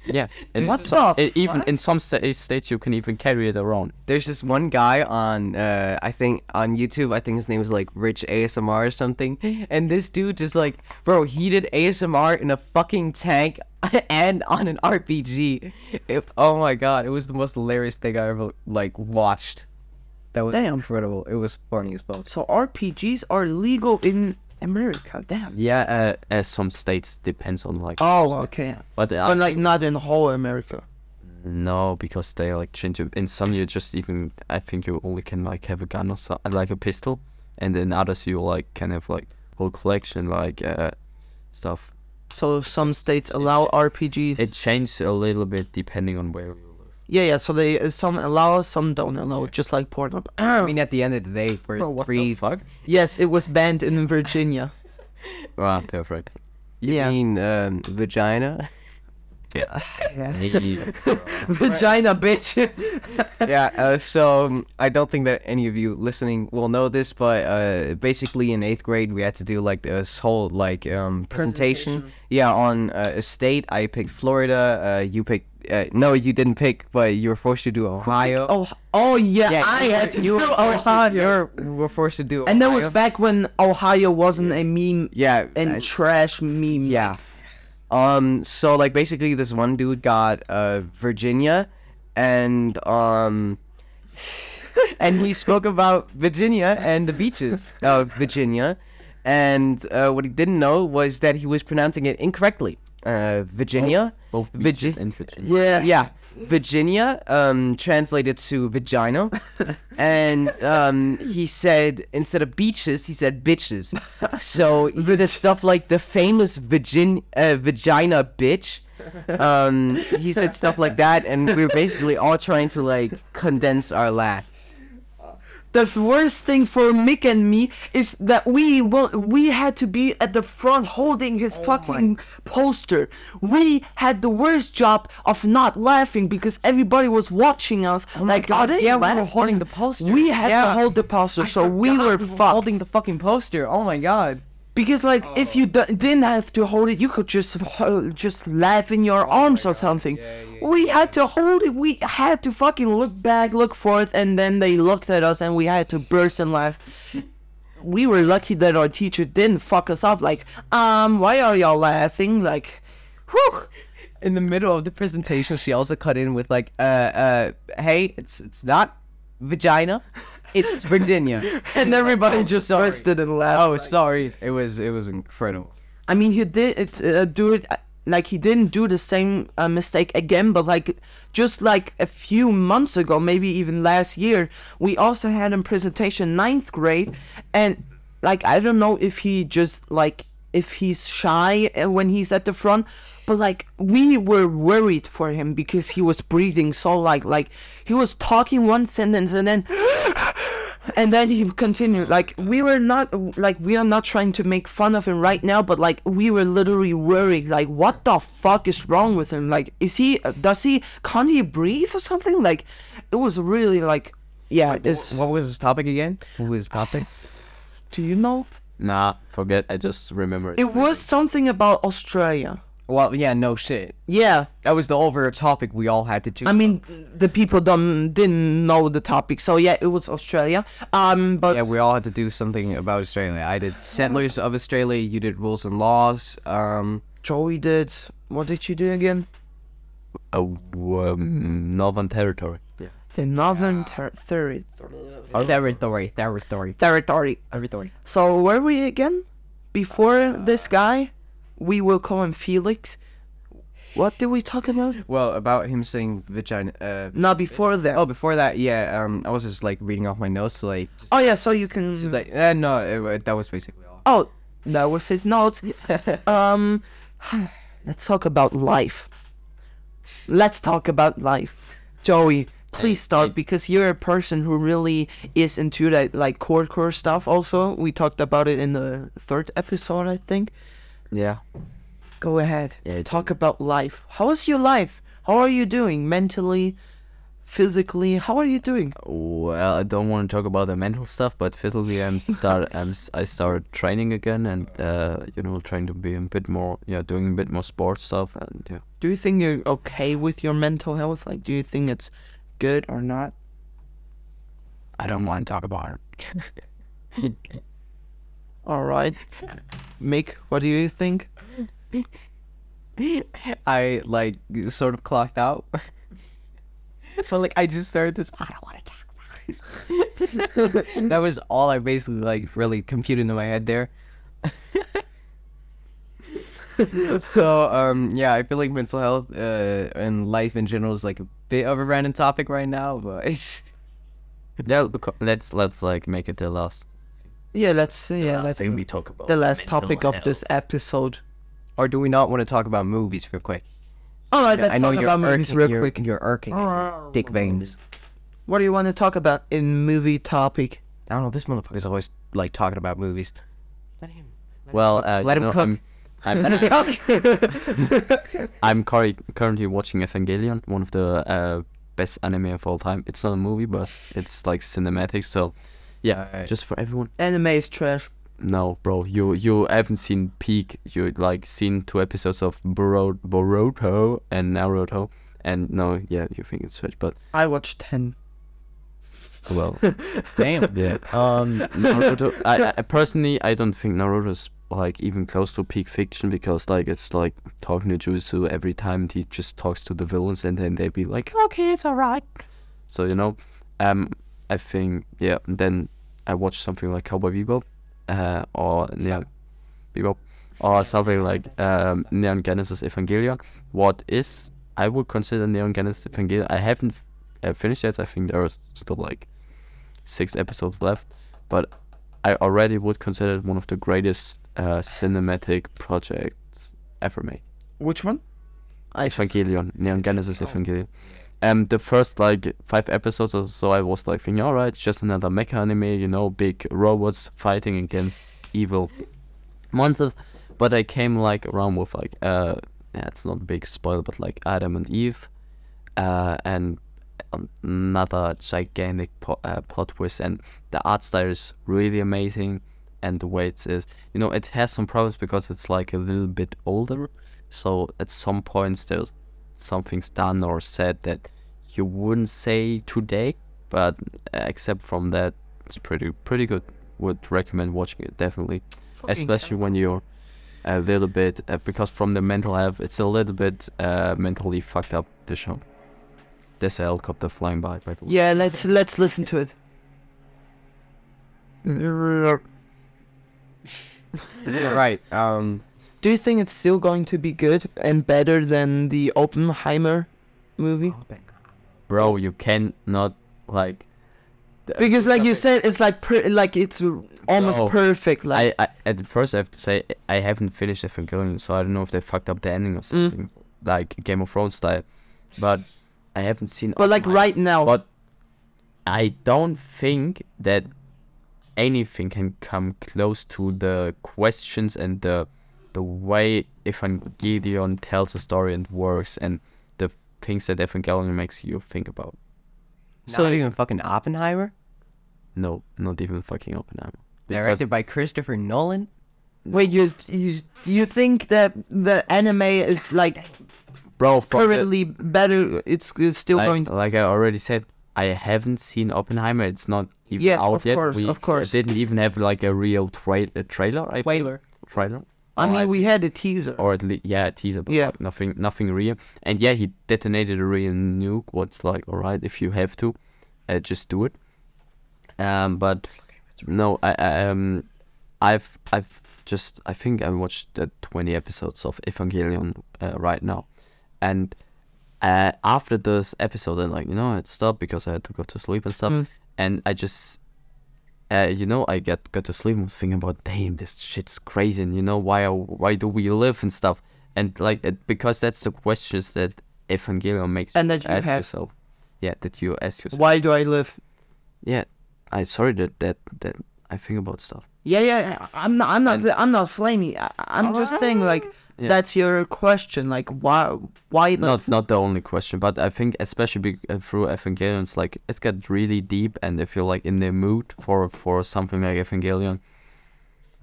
Speaker 1: yeah and
Speaker 2: What
Speaker 1: so-
Speaker 2: the
Speaker 1: e- even in some sta- states you can even carry it around
Speaker 3: There's this one guy on, uh, I think on YouTube. I think his name was like Rich ASMR or something. And this dude just like, bro, he did ASMR in a fucking tank and on an RPG. It, oh my god, it was the most hilarious thing I ever like watched. That was
Speaker 2: Damn.
Speaker 3: incredible. It was funny as fuck.
Speaker 2: So RPGs are legal in America. Damn.
Speaker 1: yeah uh, as some states depends on like
Speaker 2: Oh, okay.
Speaker 1: but uh,
Speaker 2: But like not in whole America.
Speaker 1: No, because they like change it. In some, you just even I think you only can like have a gun or so, like a pistol, and in others you like can have like whole collection like uh stuff.
Speaker 2: So some states allow RPGs.
Speaker 1: It changed a little bit depending on where you live.
Speaker 2: yeah, yeah. So they some allow, some don't allow. Just like Pornhub.
Speaker 3: I mean, at the end of the day, for
Speaker 2: Bro, what the
Speaker 3: three.
Speaker 1: Fuck.
Speaker 2: yes, it was banned in Virginia.
Speaker 1: Ah, perfect.
Speaker 3: I
Speaker 2: Yeah,
Speaker 3: mean, um, vagina.
Speaker 1: Hey,
Speaker 2: Virginia, bitch.
Speaker 3: yeah, uh, so um, I don't think that any of you listening will know this, but uh, basically in eighth grade we had to do like this whole like um, presentation. Yeah, on uh, a state. I picked Florida. Uh, you picked. Uh, no, you didn't pick, but you were forced to do Ohio.
Speaker 2: Oh, oh yeah,
Speaker 3: Yeah,
Speaker 2: I
Speaker 3: you
Speaker 2: had
Speaker 3: were-
Speaker 2: to
Speaker 3: you
Speaker 2: do
Speaker 3: were forced to-
Speaker 2: Ohio.
Speaker 3: You were, you were forced to do.
Speaker 2: And that was
Speaker 3: Ohio.
Speaker 2: back when Ohio wasn't a meme
Speaker 3: Yeah.
Speaker 2: and
Speaker 3: I-
Speaker 2: trash meme.
Speaker 3: yeah. Um. So like basically, this one dude got uh Virginia, and um. and he spoke about Virginia and the beaches of Virginia, and uh, what he didn't know was that he was pronouncing it incorrectly. Uh, Virginia,
Speaker 1: Oh, Both
Speaker 3: Virgi-
Speaker 1: beaches and Virginia.
Speaker 2: Yeah.
Speaker 3: yeah, Virginia, um, translated to vagina, and um, he said instead of beaches, he said bitches. So he said stuff like the famous Virgin uh, vagina bitch. Um, he said stuff like that, and we were basically all trying to like condense our laugh.
Speaker 2: The worst thing for Mick and me is that we well, we had to be at the front holding his
Speaker 3: Oh
Speaker 2: fucking poster. We had the worst job of not laughing because everybody was watching us. like,
Speaker 3: Oh God,
Speaker 2: are they
Speaker 3: yeah, we were
Speaker 2: laughing?
Speaker 3: holding the poster.
Speaker 2: We had to
Speaker 3: Yeah.
Speaker 2: hold the poster, so we were fucked.
Speaker 3: Holding the fucking poster. Oh my god.
Speaker 2: Because like if you d- didn't have to hold it, you could just ho- just laugh in your arms or something. we had to hold it. We had to fucking look back, look forth, and then they looked at us, and we had to burst and laugh. We were lucky that our teacher didn't fuck us up. Like, um, why are y'all laughing? Like, whew.
Speaker 3: In the middle of the presentation, she also cut in with like, uh, uh, hey, it's it's not vagina, it's Virginia.
Speaker 2: And everybody just bursted and laughed.
Speaker 3: oh, sorry. It was it was incredible.
Speaker 2: I mean, he did it, uh, do it. uh, Like he didn't do the same uh, mistake again, but like just like a few months ago, maybe even last year, we also had a presentation ninth grade, and like I don't know if he just like if he's shy uh, when he's at the front, but like we were worried for him because he was breathing so like like he was talking one sentence and then and then he continued like we were not like we are not trying to make fun of him right now but like we were literally worried like what the fuck is wrong with him like is he does he can't he breathe or something like it was really like yeah it's
Speaker 3: What was his topic again? What was his topic?
Speaker 2: do you know
Speaker 1: Nah, forget. I just remember it.
Speaker 2: it was something about australia
Speaker 3: well, yeah, no shit.
Speaker 2: yeah
Speaker 3: That was the overall topic we all had to choose.
Speaker 2: i mean the people don't didn't know the topic so yeah it was australia um but
Speaker 3: yeah, we all had to do something about Australia. I did settlers of Australia. You did rules and laws. Um,
Speaker 2: joey did what did you do again
Speaker 1: Uh, um, Northern Territory. Yeah.
Speaker 2: the northern Ter- Terri-
Speaker 3: territory, territory,
Speaker 2: territory
Speaker 3: territory.
Speaker 2: So were we again? Before this guy, we will call him Felix. What did we talk about?
Speaker 3: Well, about him saying vagina. Uh,
Speaker 2: Not before that.
Speaker 3: Oh,
Speaker 2: Oh,
Speaker 3: before that, yeah, um, I was just like reading off my notes, so, like, just,
Speaker 2: yeah, so you
Speaker 3: just,
Speaker 2: can.
Speaker 3: like, uh, no, it, wa- that was basically all.
Speaker 2: Oh, that was his notes. um, let's talk about life. Let's talk about life, Joey. Please start because you're a person who really is into that like core core stuff. Also, we talked about it in the third episode, I think.
Speaker 1: Yeah.
Speaker 2: Go ahead.
Speaker 1: Yeah,
Speaker 2: Talk about life. How is your life? How are you doing mentally, physically? How are you doing?
Speaker 1: Well, I don't want to talk about the mental stuff, but physically, I'm start. I'm. s- I started training again, and uh, you know, trying to be a bit more. Yeah, doing a bit more sports stuff, and yeah.
Speaker 2: Do you think you're okay with your mental health? Like, do you think it's good or not?
Speaker 1: I don't want to talk about it.
Speaker 2: All right. Mick, what do you think?
Speaker 3: I like sort of clocked out. so like, I just started this. I don't want to talk about it. that was all I basically like really computed in my head there. so um, yeah, I feel like mental health uh, and life in general is like a bit of a random topic right now, but.
Speaker 1: Yeah, beca- let's let's like make it the last
Speaker 2: Yeah, let's. yeah,
Speaker 1: last
Speaker 2: that's
Speaker 1: thing we talk about.
Speaker 2: the last topic of this episode.
Speaker 3: or do we not want to talk about movies real quick?
Speaker 2: All right, let's
Speaker 3: I know
Speaker 2: talk
Speaker 3: you're
Speaker 2: about movies
Speaker 3: irking,
Speaker 2: real
Speaker 3: you're,
Speaker 2: quick.
Speaker 3: You're irking Dick Veins.
Speaker 2: What do you want to talk about in movie topic?
Speaker 3: I don't know. This motherfucker's always like talking about movies.
Speaker 1: Well, uh,
Speaker 3: Let him
Speaker 1: no,
Speaker 3: cook.
Speaker 1: I'm, I'm, I'm curry- currently watching Evangelion, one of the uh, best anime of all time. It's not a movie, but it's like cinematic. So, yeah,
Speaker 3: Alright.
Speaker 1: just for everyone.
Speaker 2: Anime is trash.
Speaker 1: No, bro, you you haven't seen Peak. You like seen two episodes of Boro- Boruto and Naruto, and no, yeah, you think it's trash, but
Speaker 2: I watched ten.
Speaker 1: well,
Speaker 3: Damn.
Speaker 1: yeah.
Speaker 3: Um.
Speaker 1: Naruto. I, I personally, I don't think Naruto's like even close to peak fiction because like it's like talking to Jutsu every time he just talks to the villains and then they be like, okay, it's alright. So you know, um, I think yeah. and Then I watched something like Cowboy Bebop, uh, or yeah, Bebop, or something like um Neon Genesis Evangelion. What is I would consider Neon Genesis Evangelion. I haven't uh, finished yet. I think there are still like six episodes left, but I already would consider it one of the greatest uh, cinematic projects ever made.
Speaker 2: Which one? I
Speaker 1: Evangelion, Neon Genesis Evangelion. Um, the first like five episodes or so, I was like thinking, all right, just another mecha anime, you know, big robots fighting against evil monsters. But I came like around with like uh, yeah, it's not a big spoiler, but like Adam and Eve, uh, and another gigantic po- uh, plot twist, and the art style is really amazing, and the way it is, you know, it has some problems because it's like a little bit older, so at some points there's something's done or said that you wouldn't say today, but uh, except from that, it's pretty pretty good. Would recommend watching it definitely, especially when you're a little bit uh, because from the mental health, it's a little bit uh, mentally fucked up. The show. There's a helicopter flying by, by the way.
Speaker 2: Yeah, let's let's listen to it.
Speaker 3: right. Um.
Speaker 2: Do you think it's still going to be good and better than the Oppenheimer movie?
Speaker 1: Oh, Bro, you cannot like.
Speaker 2: Because like you said, it's like per- like it's almost
Speaker 1: No.
Speaker 2: perfect. Like
Speaker 1: Oh, I, I at first I have to say I haven't finished Evangelion, so I don't know if they fucked up the ending
Speaker 2: Mm.
Speaker 1: or something, like Game of Thrones style. But I haven't seen.
Speaker 2: but like
Speaker 1: Oppenheimer.
Speaker 2: right now,
Speaker 1: But I don't think that anything can come close to the questions and the the way Evangelion tells a story and works and the things that Evangelion makes you think about.
Speaker 3: So not even fucking Oppenheimer,
Speaker 1: No, not even fucking Oppenheimer.
Speaker 3: directed by Christopher Nolan.
Speaker 2: wait, you you you think that the anime is like
Speaker 1: bro, from the-
Speaker 2: currently better? It's, it's still
Speaker 1: like,
Speaker 2: going.
Speaker 1: like I already said, I haven't seen Oppenheimer. It's not even
Speaker 2: Yes,
Speaker 1: out
Speaker 2: of
Speaker 1: yet.
Speaker 2: course,
Speaker 1: we
Speaker 2: of course.
Speaker 1: didn't even have like a real tra- a trailer. I
Speaker 2: Trailer.
Speaker 1: trailer.
Speaker 2: I mean, we had a teaser.
Speaker 1: or at least yeah, a teaser, but
Speaker 2: Yeah.
Speaker 1: like nothing, nothing real. And yeah, he detonated a real nuke. What's like, all right, if you have to, uh, just do it. Um, but no, I, I um, I've I've just I think I watched the twenty episodes of Evangelion uh, right now, and uh, after this episode, and like you know, it stopped because I had to go to sleep and stuff, and I just uh, you know, I get got to sleep and was thinking about, damn, this shit's crazy, and you know, why are- why do we live and stuff, and like it, because that's the questions that Evangelion makes
Speaker 2: And that you
Speaker 1: ask
Speaker 2: have.
Speaker 1: yourself, yeah, that you ask yourself,
Speaker 2: Why do I live?
Speaker 1: yeah, I sorry that that that I think about stuff.
Speaker 2: Yeah, yeah, yeah. I'm not, I'm not, I'm not flaming. I, I'm just saying, like,
Speaker 1: Yeah.
Speaker 2: that's your question. Like, why, why?
Speaker 1: Not not the only question, but I think especially be, uh, through Evangelion, it's like it got really deep, and if you're like in the mood for for something like Evangelion,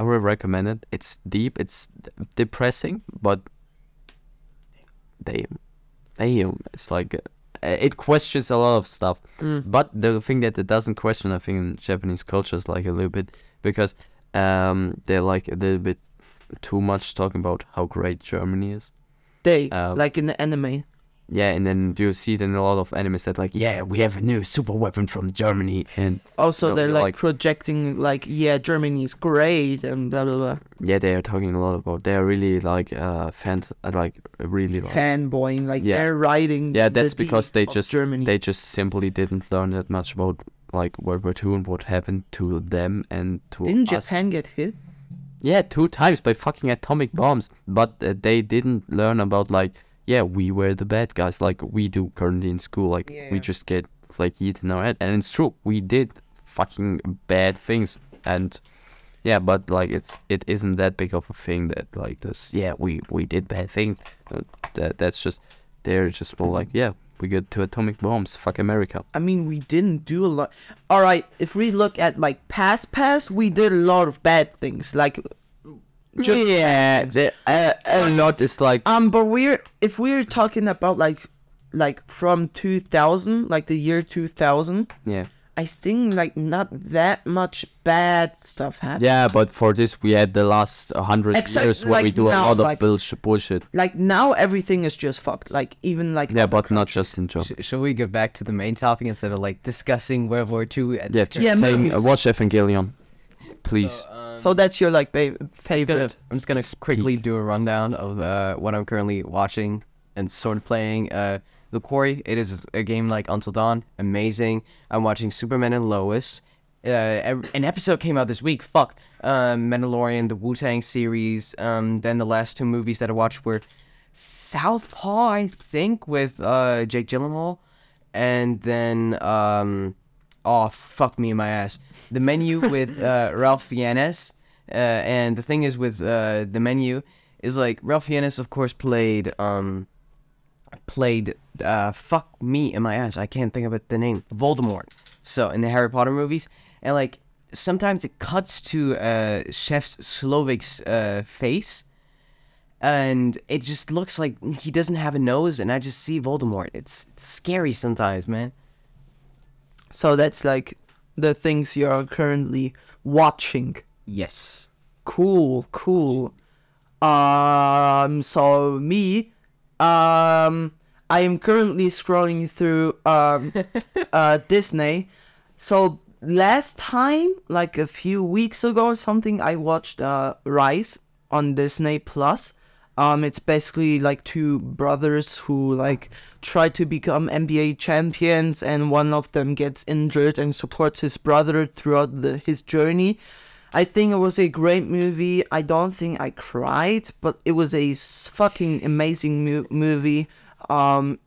Speaker 1: I would recommend it. It's deep, it's d- depressing, but damn, damn, it's like uh, it questions a lot of stuff. But the thing that it doesn't question, I think, in Japanese culture is like a little bit because um they're like a little bit too much talking about how great Germany is.
Speaker 2: they
Speaker 1: uh,
Speaker 2: like in the anime.
Speaker 1: Yeah, and then you see it in a lot of animes that like, yeah, we have a new super weapon from Germany, and
Speaker 2: Also,
Speaker 1: no,
Speaker 2: they're
Speaker 1: you
Speaker 2: like,
Speaker 1: like-
Speaker 2: projecting, like, yeah, Germany is great and blah blah blah.
Speaker 1: yeah, they are talking a lot about. They are really like uh fans, uh, like really like.
Speaker 2: Fanboying, like
Speaker 1: Yeah.
Speaker 2: they're writing.
Speaker 1: Yeah,
Speaker 2: the
Speaker 1: that's because
Speaker 2: deeds
Speaker 1: they
Speaker 2: of
Speaker 1: just
Speaker 2: Germany.
Speaker 1: they just simply didn't learn that much about like World War Two and what happened to them and to
Speaker 2: Didn't
Speaker 1: us.
Speaker 2: Japan get hit?
Speaker 1: Yeah, two times by fucking atomic bombs. But uh, they didn't learn about like, yeah, we were the bad guys, like we do currently in school. Like
Speaker 2: Yeah.
Speaker 1: we just get like eaten our head, and it's true. We did fucking bad things, and yeah, but like it's it isn't that big of a thing that like this. Yeah, we we did bad things. Uh, that that's just they're just more like yeah, we got two atomic bombs. Fuck America.
Speaker 2: I mean, we didn't do a lot. All right, if we look at like past past, we did a lot of bad things. Like, Just-
Speaker 1: yeah, the, uh, a lot is like
Speaker 2: um, but we're if we're talking about like, like from two thousand, like the year two thousand,
Speaker 1: yeah.
Speaker 2: I think like not that much bad stuff happened.
Speaker 1: Yeah, but for this we had the last hundred
Speaker 2: Except,
Speaker 1: years where we
Speaker 2: like,
Speaker 1: do a
Speaker 2: now,
Speaker 1: lot of
Speaker 2: like-
Speaker 1: bullshit, bullshit.
Speaker 2: Like now, everything is just fucked. Like even like
Speaker 1: Yeah, but not just in Japan.
Speaker 3: Sh- Shall we get back to the main topic instead of like discussing World War Two? and
Speaker 1: Yeah,
Speaker 3: discuss-
Speaker 1: just
Speaker 2: Yeah,
Speaker 1: saying, uh,
Speaker 2: movies.
Speaker 1: watch Evangelion, please.
Speaker 2: So that's your like ba-
Speaker 3: I'm
Speaker 2: favorite.
Speaker 3: just gonna- I'm just gonna quickly do a rundown of uh, what I'm currently watching and sort of playing. Uh, the Quarry. It is a game like Until Dawn. Amazing. I'm watching Superman and Lois. Uh, ev- an episode came out this week. Fuck. Uh, Mandalorian, the Wu Tang series. Um, then the last two movies that I watched were Southpaw, I think, with uh, Jake Gyllenhaal, and then um, oh fuck me in my ass, the menu with uh, Ralph Fiennes. Uh, and the thing is with uh, the menu is like Ralph Fiennes, of course, played um, played uh, fuck me in my ass. I can't think of it, the name Voldemort. So in the Harry Potter movies, and like sometimes it cuts to uh, Chef Slovak's uh, face, and it just looks like he doesn't have a nose, and I just see Voldemort. It's, it's scary sometimes, man.
Speaker 2: So that's like the things you are currently watching.
Speaker 3: Yes.
Speaker 2: Cool, cool. Um, so me, um, I am currently scrolling through um, uh, Disney. So last time, like a few weeks ago or something, I watched uh, Rise on Disney Plus. Um, it's basically like two brothers who like try to become NBA champions, and one of them gets injured and supports his brother throughout the, his journey. I think it was a great movie. I don't think I cried, but it was a s- fucking amazing mu- movie. Um,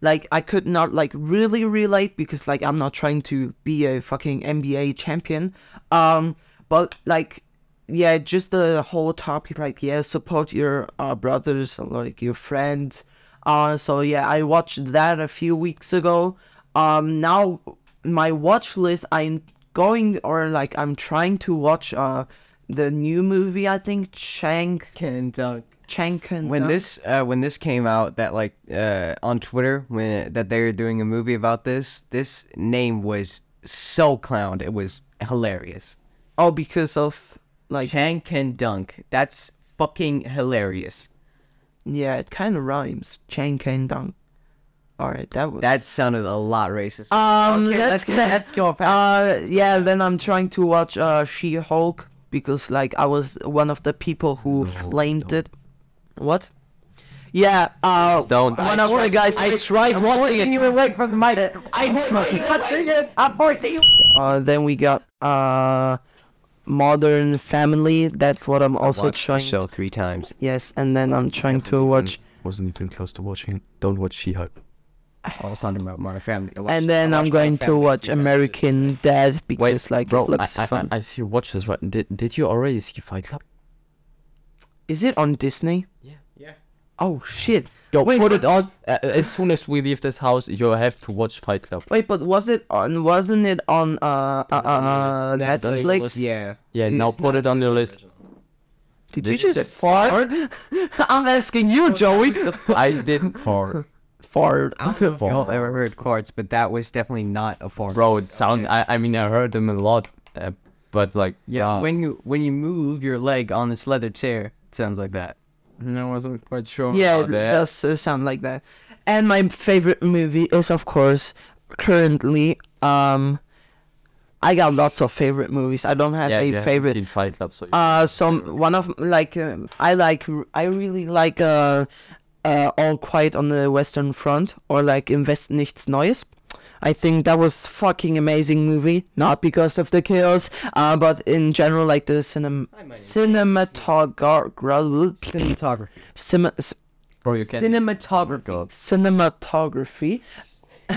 Speaker 2: like I could not like really relate because like I'm not trying to be a fucking NBA champion. Um, but like, yeah, just the whole topic. Like, yeah, support your uh, brothers, or, like your friends. Uh, so yeah, I watched that a few weeks ago. Um, now my watch list, I'm going or like I'm trying to watch uh the new movie. I think Chang
Speaker 3: Can dunk.
Speaker 2: Chang Kun.
Speaker 3: when
Speaker 2: uh,
Speaker 3: this uh, when this came out that like uh, on Twitter when that they were doing a movie about this, this name was so clowned. It was hilarious.
Speaker 2: oh because of like
Speaker 3: Chang can dunk. That's fucking hilarious.
Speaker 2: Yeah, it kind of rhymes. Chang Kang Dong. All right, that was.
Speaker 3: That sounded a lot racist.
Speaker 2: um,
Speaker 3: Okay,
Speaker 2: let's
Speaker 3: let's- let's go
Speaker 2: Uh, yeah. Then I'm trying to watch uh She-Hulk because like I was one of the people who flamed it. What? Yeah. Uh,
Speaker 1: down.
Speaker 2: one of the guys. I tried watching it.
Speaker 3: away from the mic. I'm forcing you.
Speaker 2: Uh, then we got uh, Modern Family. That's what I'm also
Speaker 3: Watch the
Speaker 2: trying.
Speaker 3: show three times.
Speaker 2: Yes, and then I'm trying to watch.
Speaker 1: Wasn't even close to watching it. Don't watch She-Hulk.
Speaker 3: I was talking about my family. I watched-
Speaker 2: And then
Speaker 3: I
Speaker 2: I'm
Speaker 3: watched
Speaker 2: going
Speaker 3: my
Speaker 2: to
Speaker 3: family
Speaker 2: watch
Speaker 3: three times.
Speaker 2: American Dad because like
Speaker 1: bro,
Speaker 2: it looks
Speaker 1: I, I,
Speaker 2: fun.
Speaker 1: I, I see. Watch this, right? Did did you already see Fight Club?
Speaker 2: Is it on Disney?
Speaker 1: Yeah.
Speaker 3: Yeah.
Speaker 2: Oh shit.
Speaker 1: Yo,
Speaker 2: wait,
Speaker 1: put
Speaker 2: but,
Speaker 1: it on uh, as soon as we leave this house. You have to watch Fight Club.
Speaker 2: Wait, but was it on? Wasn't it on uh uh, uh Netflix?
Speaker 3: Yeah.
Speaker 1: Yeah, now put it on your list.
Speaker 2: Did,
Speaker 1: Did
Speaker 2: you
Speaker 1: you
Speaker 2: just fart? I'm asking you, Joey.
Speaker 1: I did for
Speaker 2: fart.
Speaker 3: Y'all ever heard chords, but that was definitely not a form.
Speaker 1: bro. It sound. I I mean, I heard them a lot, uh, but like uh, yeah,
Speaker 3: When you when you move your leg on this leather chair, it sounds like that.
Speaker 1: I wasn't quite sure.
Speaker 2: Yeah, it
Speaker 1: about that.
Speaker 2: does uh, sound like that. And my favorite movie is, of course, currently. Um, I got lots of favorite movies. I don't have
Speaker 1: yeah, you
Speaker 2: a
Speaker 1: haven't
Speaker 2: favorite
Speaker 1: Seen Fight Club, so you
Speaker 2: uh some one of like um, i like i really like uh, uh all quiet on the western front or like invest nichts neues I think that was fucking amazing movie. Not because of the kills, uh, but in general, like the cinem- cinematography,
Speaker 3: Cinematography.
Speaker 2: cinem-
Speaker 1: Bro, you can.
Speaker 3: Cinematography.
Speaker 2: cinematography.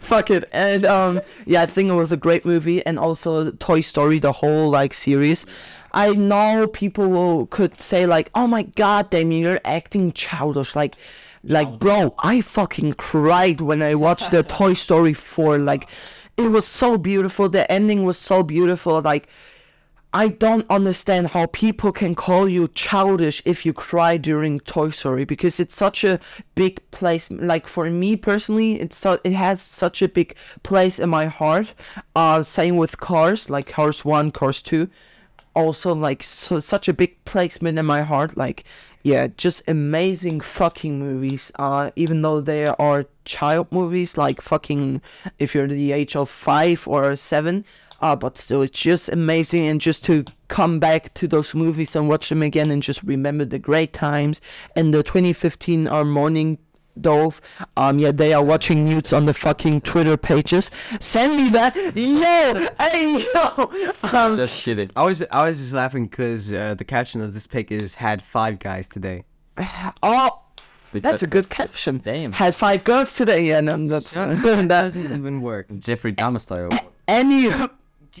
Speaker 2: Fuck it. And um yeah, I think it was a great movie and also Toy Story the whole like series. I know people will could say like, "Oh my god, Damien, you're acting childish." Like like bro, I fucking cried when I watched the Toy Story 4 like it was so beautiful. The ending was so beautiful like I don't understand how people can call you childish if you cry during Toy Story because it's such a big place. Like for me personally, it's so, it has such a big place in my heart. Uh, same with Cars, like Cars One, Cars Two, also like so, such a big placement in my heart. Like yeah, just amazing fucking movies. Uh, even though they are child movies, like fucking if you're the age of five or seven, uh, but still, it's just amazing, and just to come back to those movies and watch them again, and just remember the great times. And the 2015 are morning dove. Um, yeah, they are watching nudes on the fucking Twitter pages. Send me that, yo, hey yo. Um,
Speaker 1: Just kidding.
Speaker 3: I was I was just laughing because uh, the caption of this pic is had five guys today.
Speaker 2: oh,
Speaker 1: Because
Speaker 2: that's a good caption.
Speaker 1: Damn.
Speaker 2: Had five girls today, yeah, no, that's that.
Speaker 3: Doesn't even work.
Speaker 1: Jeffrey Dahmer style.
Speaker 2: Any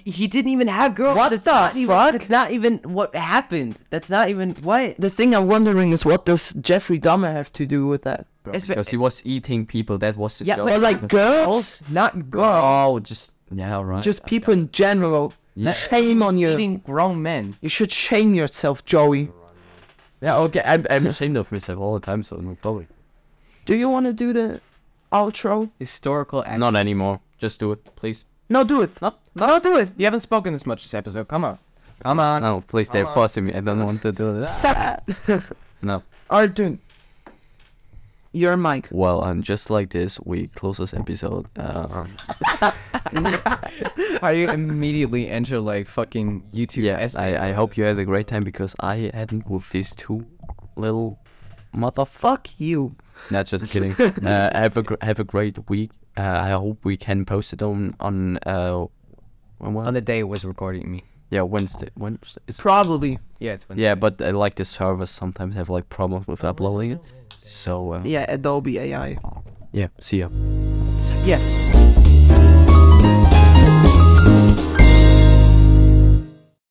Speaker 4: He didn't even have girls.
Speaker 2: What
Speaker 4: that's
Speaker 2: the
Speaker 4: not even,
Speaker 2: fuck?
Speaker 4: That's not even what happened. That's not even what.
Speaker 2: the thing I'm wondering is what does Jeffrey Dahmer have to do with that?
Speaker 4: It's-
Speaker 1: Because he was eating people. That was the
Speaker 4: Yeah,
Speaker 1: joke.
Speaker 2: Or like girls,
Speaker 4: Not
Speaker 1: oh,
Speaker 4: girls.
Speaker 1: just yeah, all right.
Speaker 2: just people in general. Shame on you.
Speaker 4: Eating grown men.
Speaker 2: You should shame yourself, Joey.
Speaker 3: Yeah. Okay. I'm,
Speaker 1: I'm
Speaker 3: I'm
Speaker 1: ashamed of myself all the time, so no problem.
Speaker 2: Do you want to do the outro?
Speaker 3: historical. Actors.
Speaker 1: Not anymore. Just do it, please.
Speaker 2: No, do it.
Speaker 3: No, no, do it. You haven't spoken this much this episode. Come on. Come on.
Speaker 1: No, please. They're
Speaker 3: on.
Speaker 1: forcing me. I don't want to do that.
Speaker 2: Suck.
Speaker 1: No.
Speaker 2: Uh, Arjun, your mic.
Speaker 1: Well, and just like this, we close this episode. Uh,
Speaker 3: How you immediately enter like fucking YouTube?
Speaker 1: yeah,
Speaker 3: essay?
Speaker 1: I, I hope you had a great time because I hadn't with these two little motherfuck.
Speaker 2: Fuck you.
Speaker 1: Not just kidding. uh, have a gr- have a great week. Uh, I hope we can post it on on uh, when, when?
Speaker 3: on the day it was recording me.
Speaker 1: yeah Wednesday. Wednesday. Is
Speaker 2: Probably.
Speaker 3: Yeah, it's when.
Speaker 1: Yeah, but uh, like the servers sometimes have like problems with uploading it. So uh,
Speaker 2: Yeah, Adobe AI.
Speaker 1: yeah, see ya.
Speaker 2: Yes.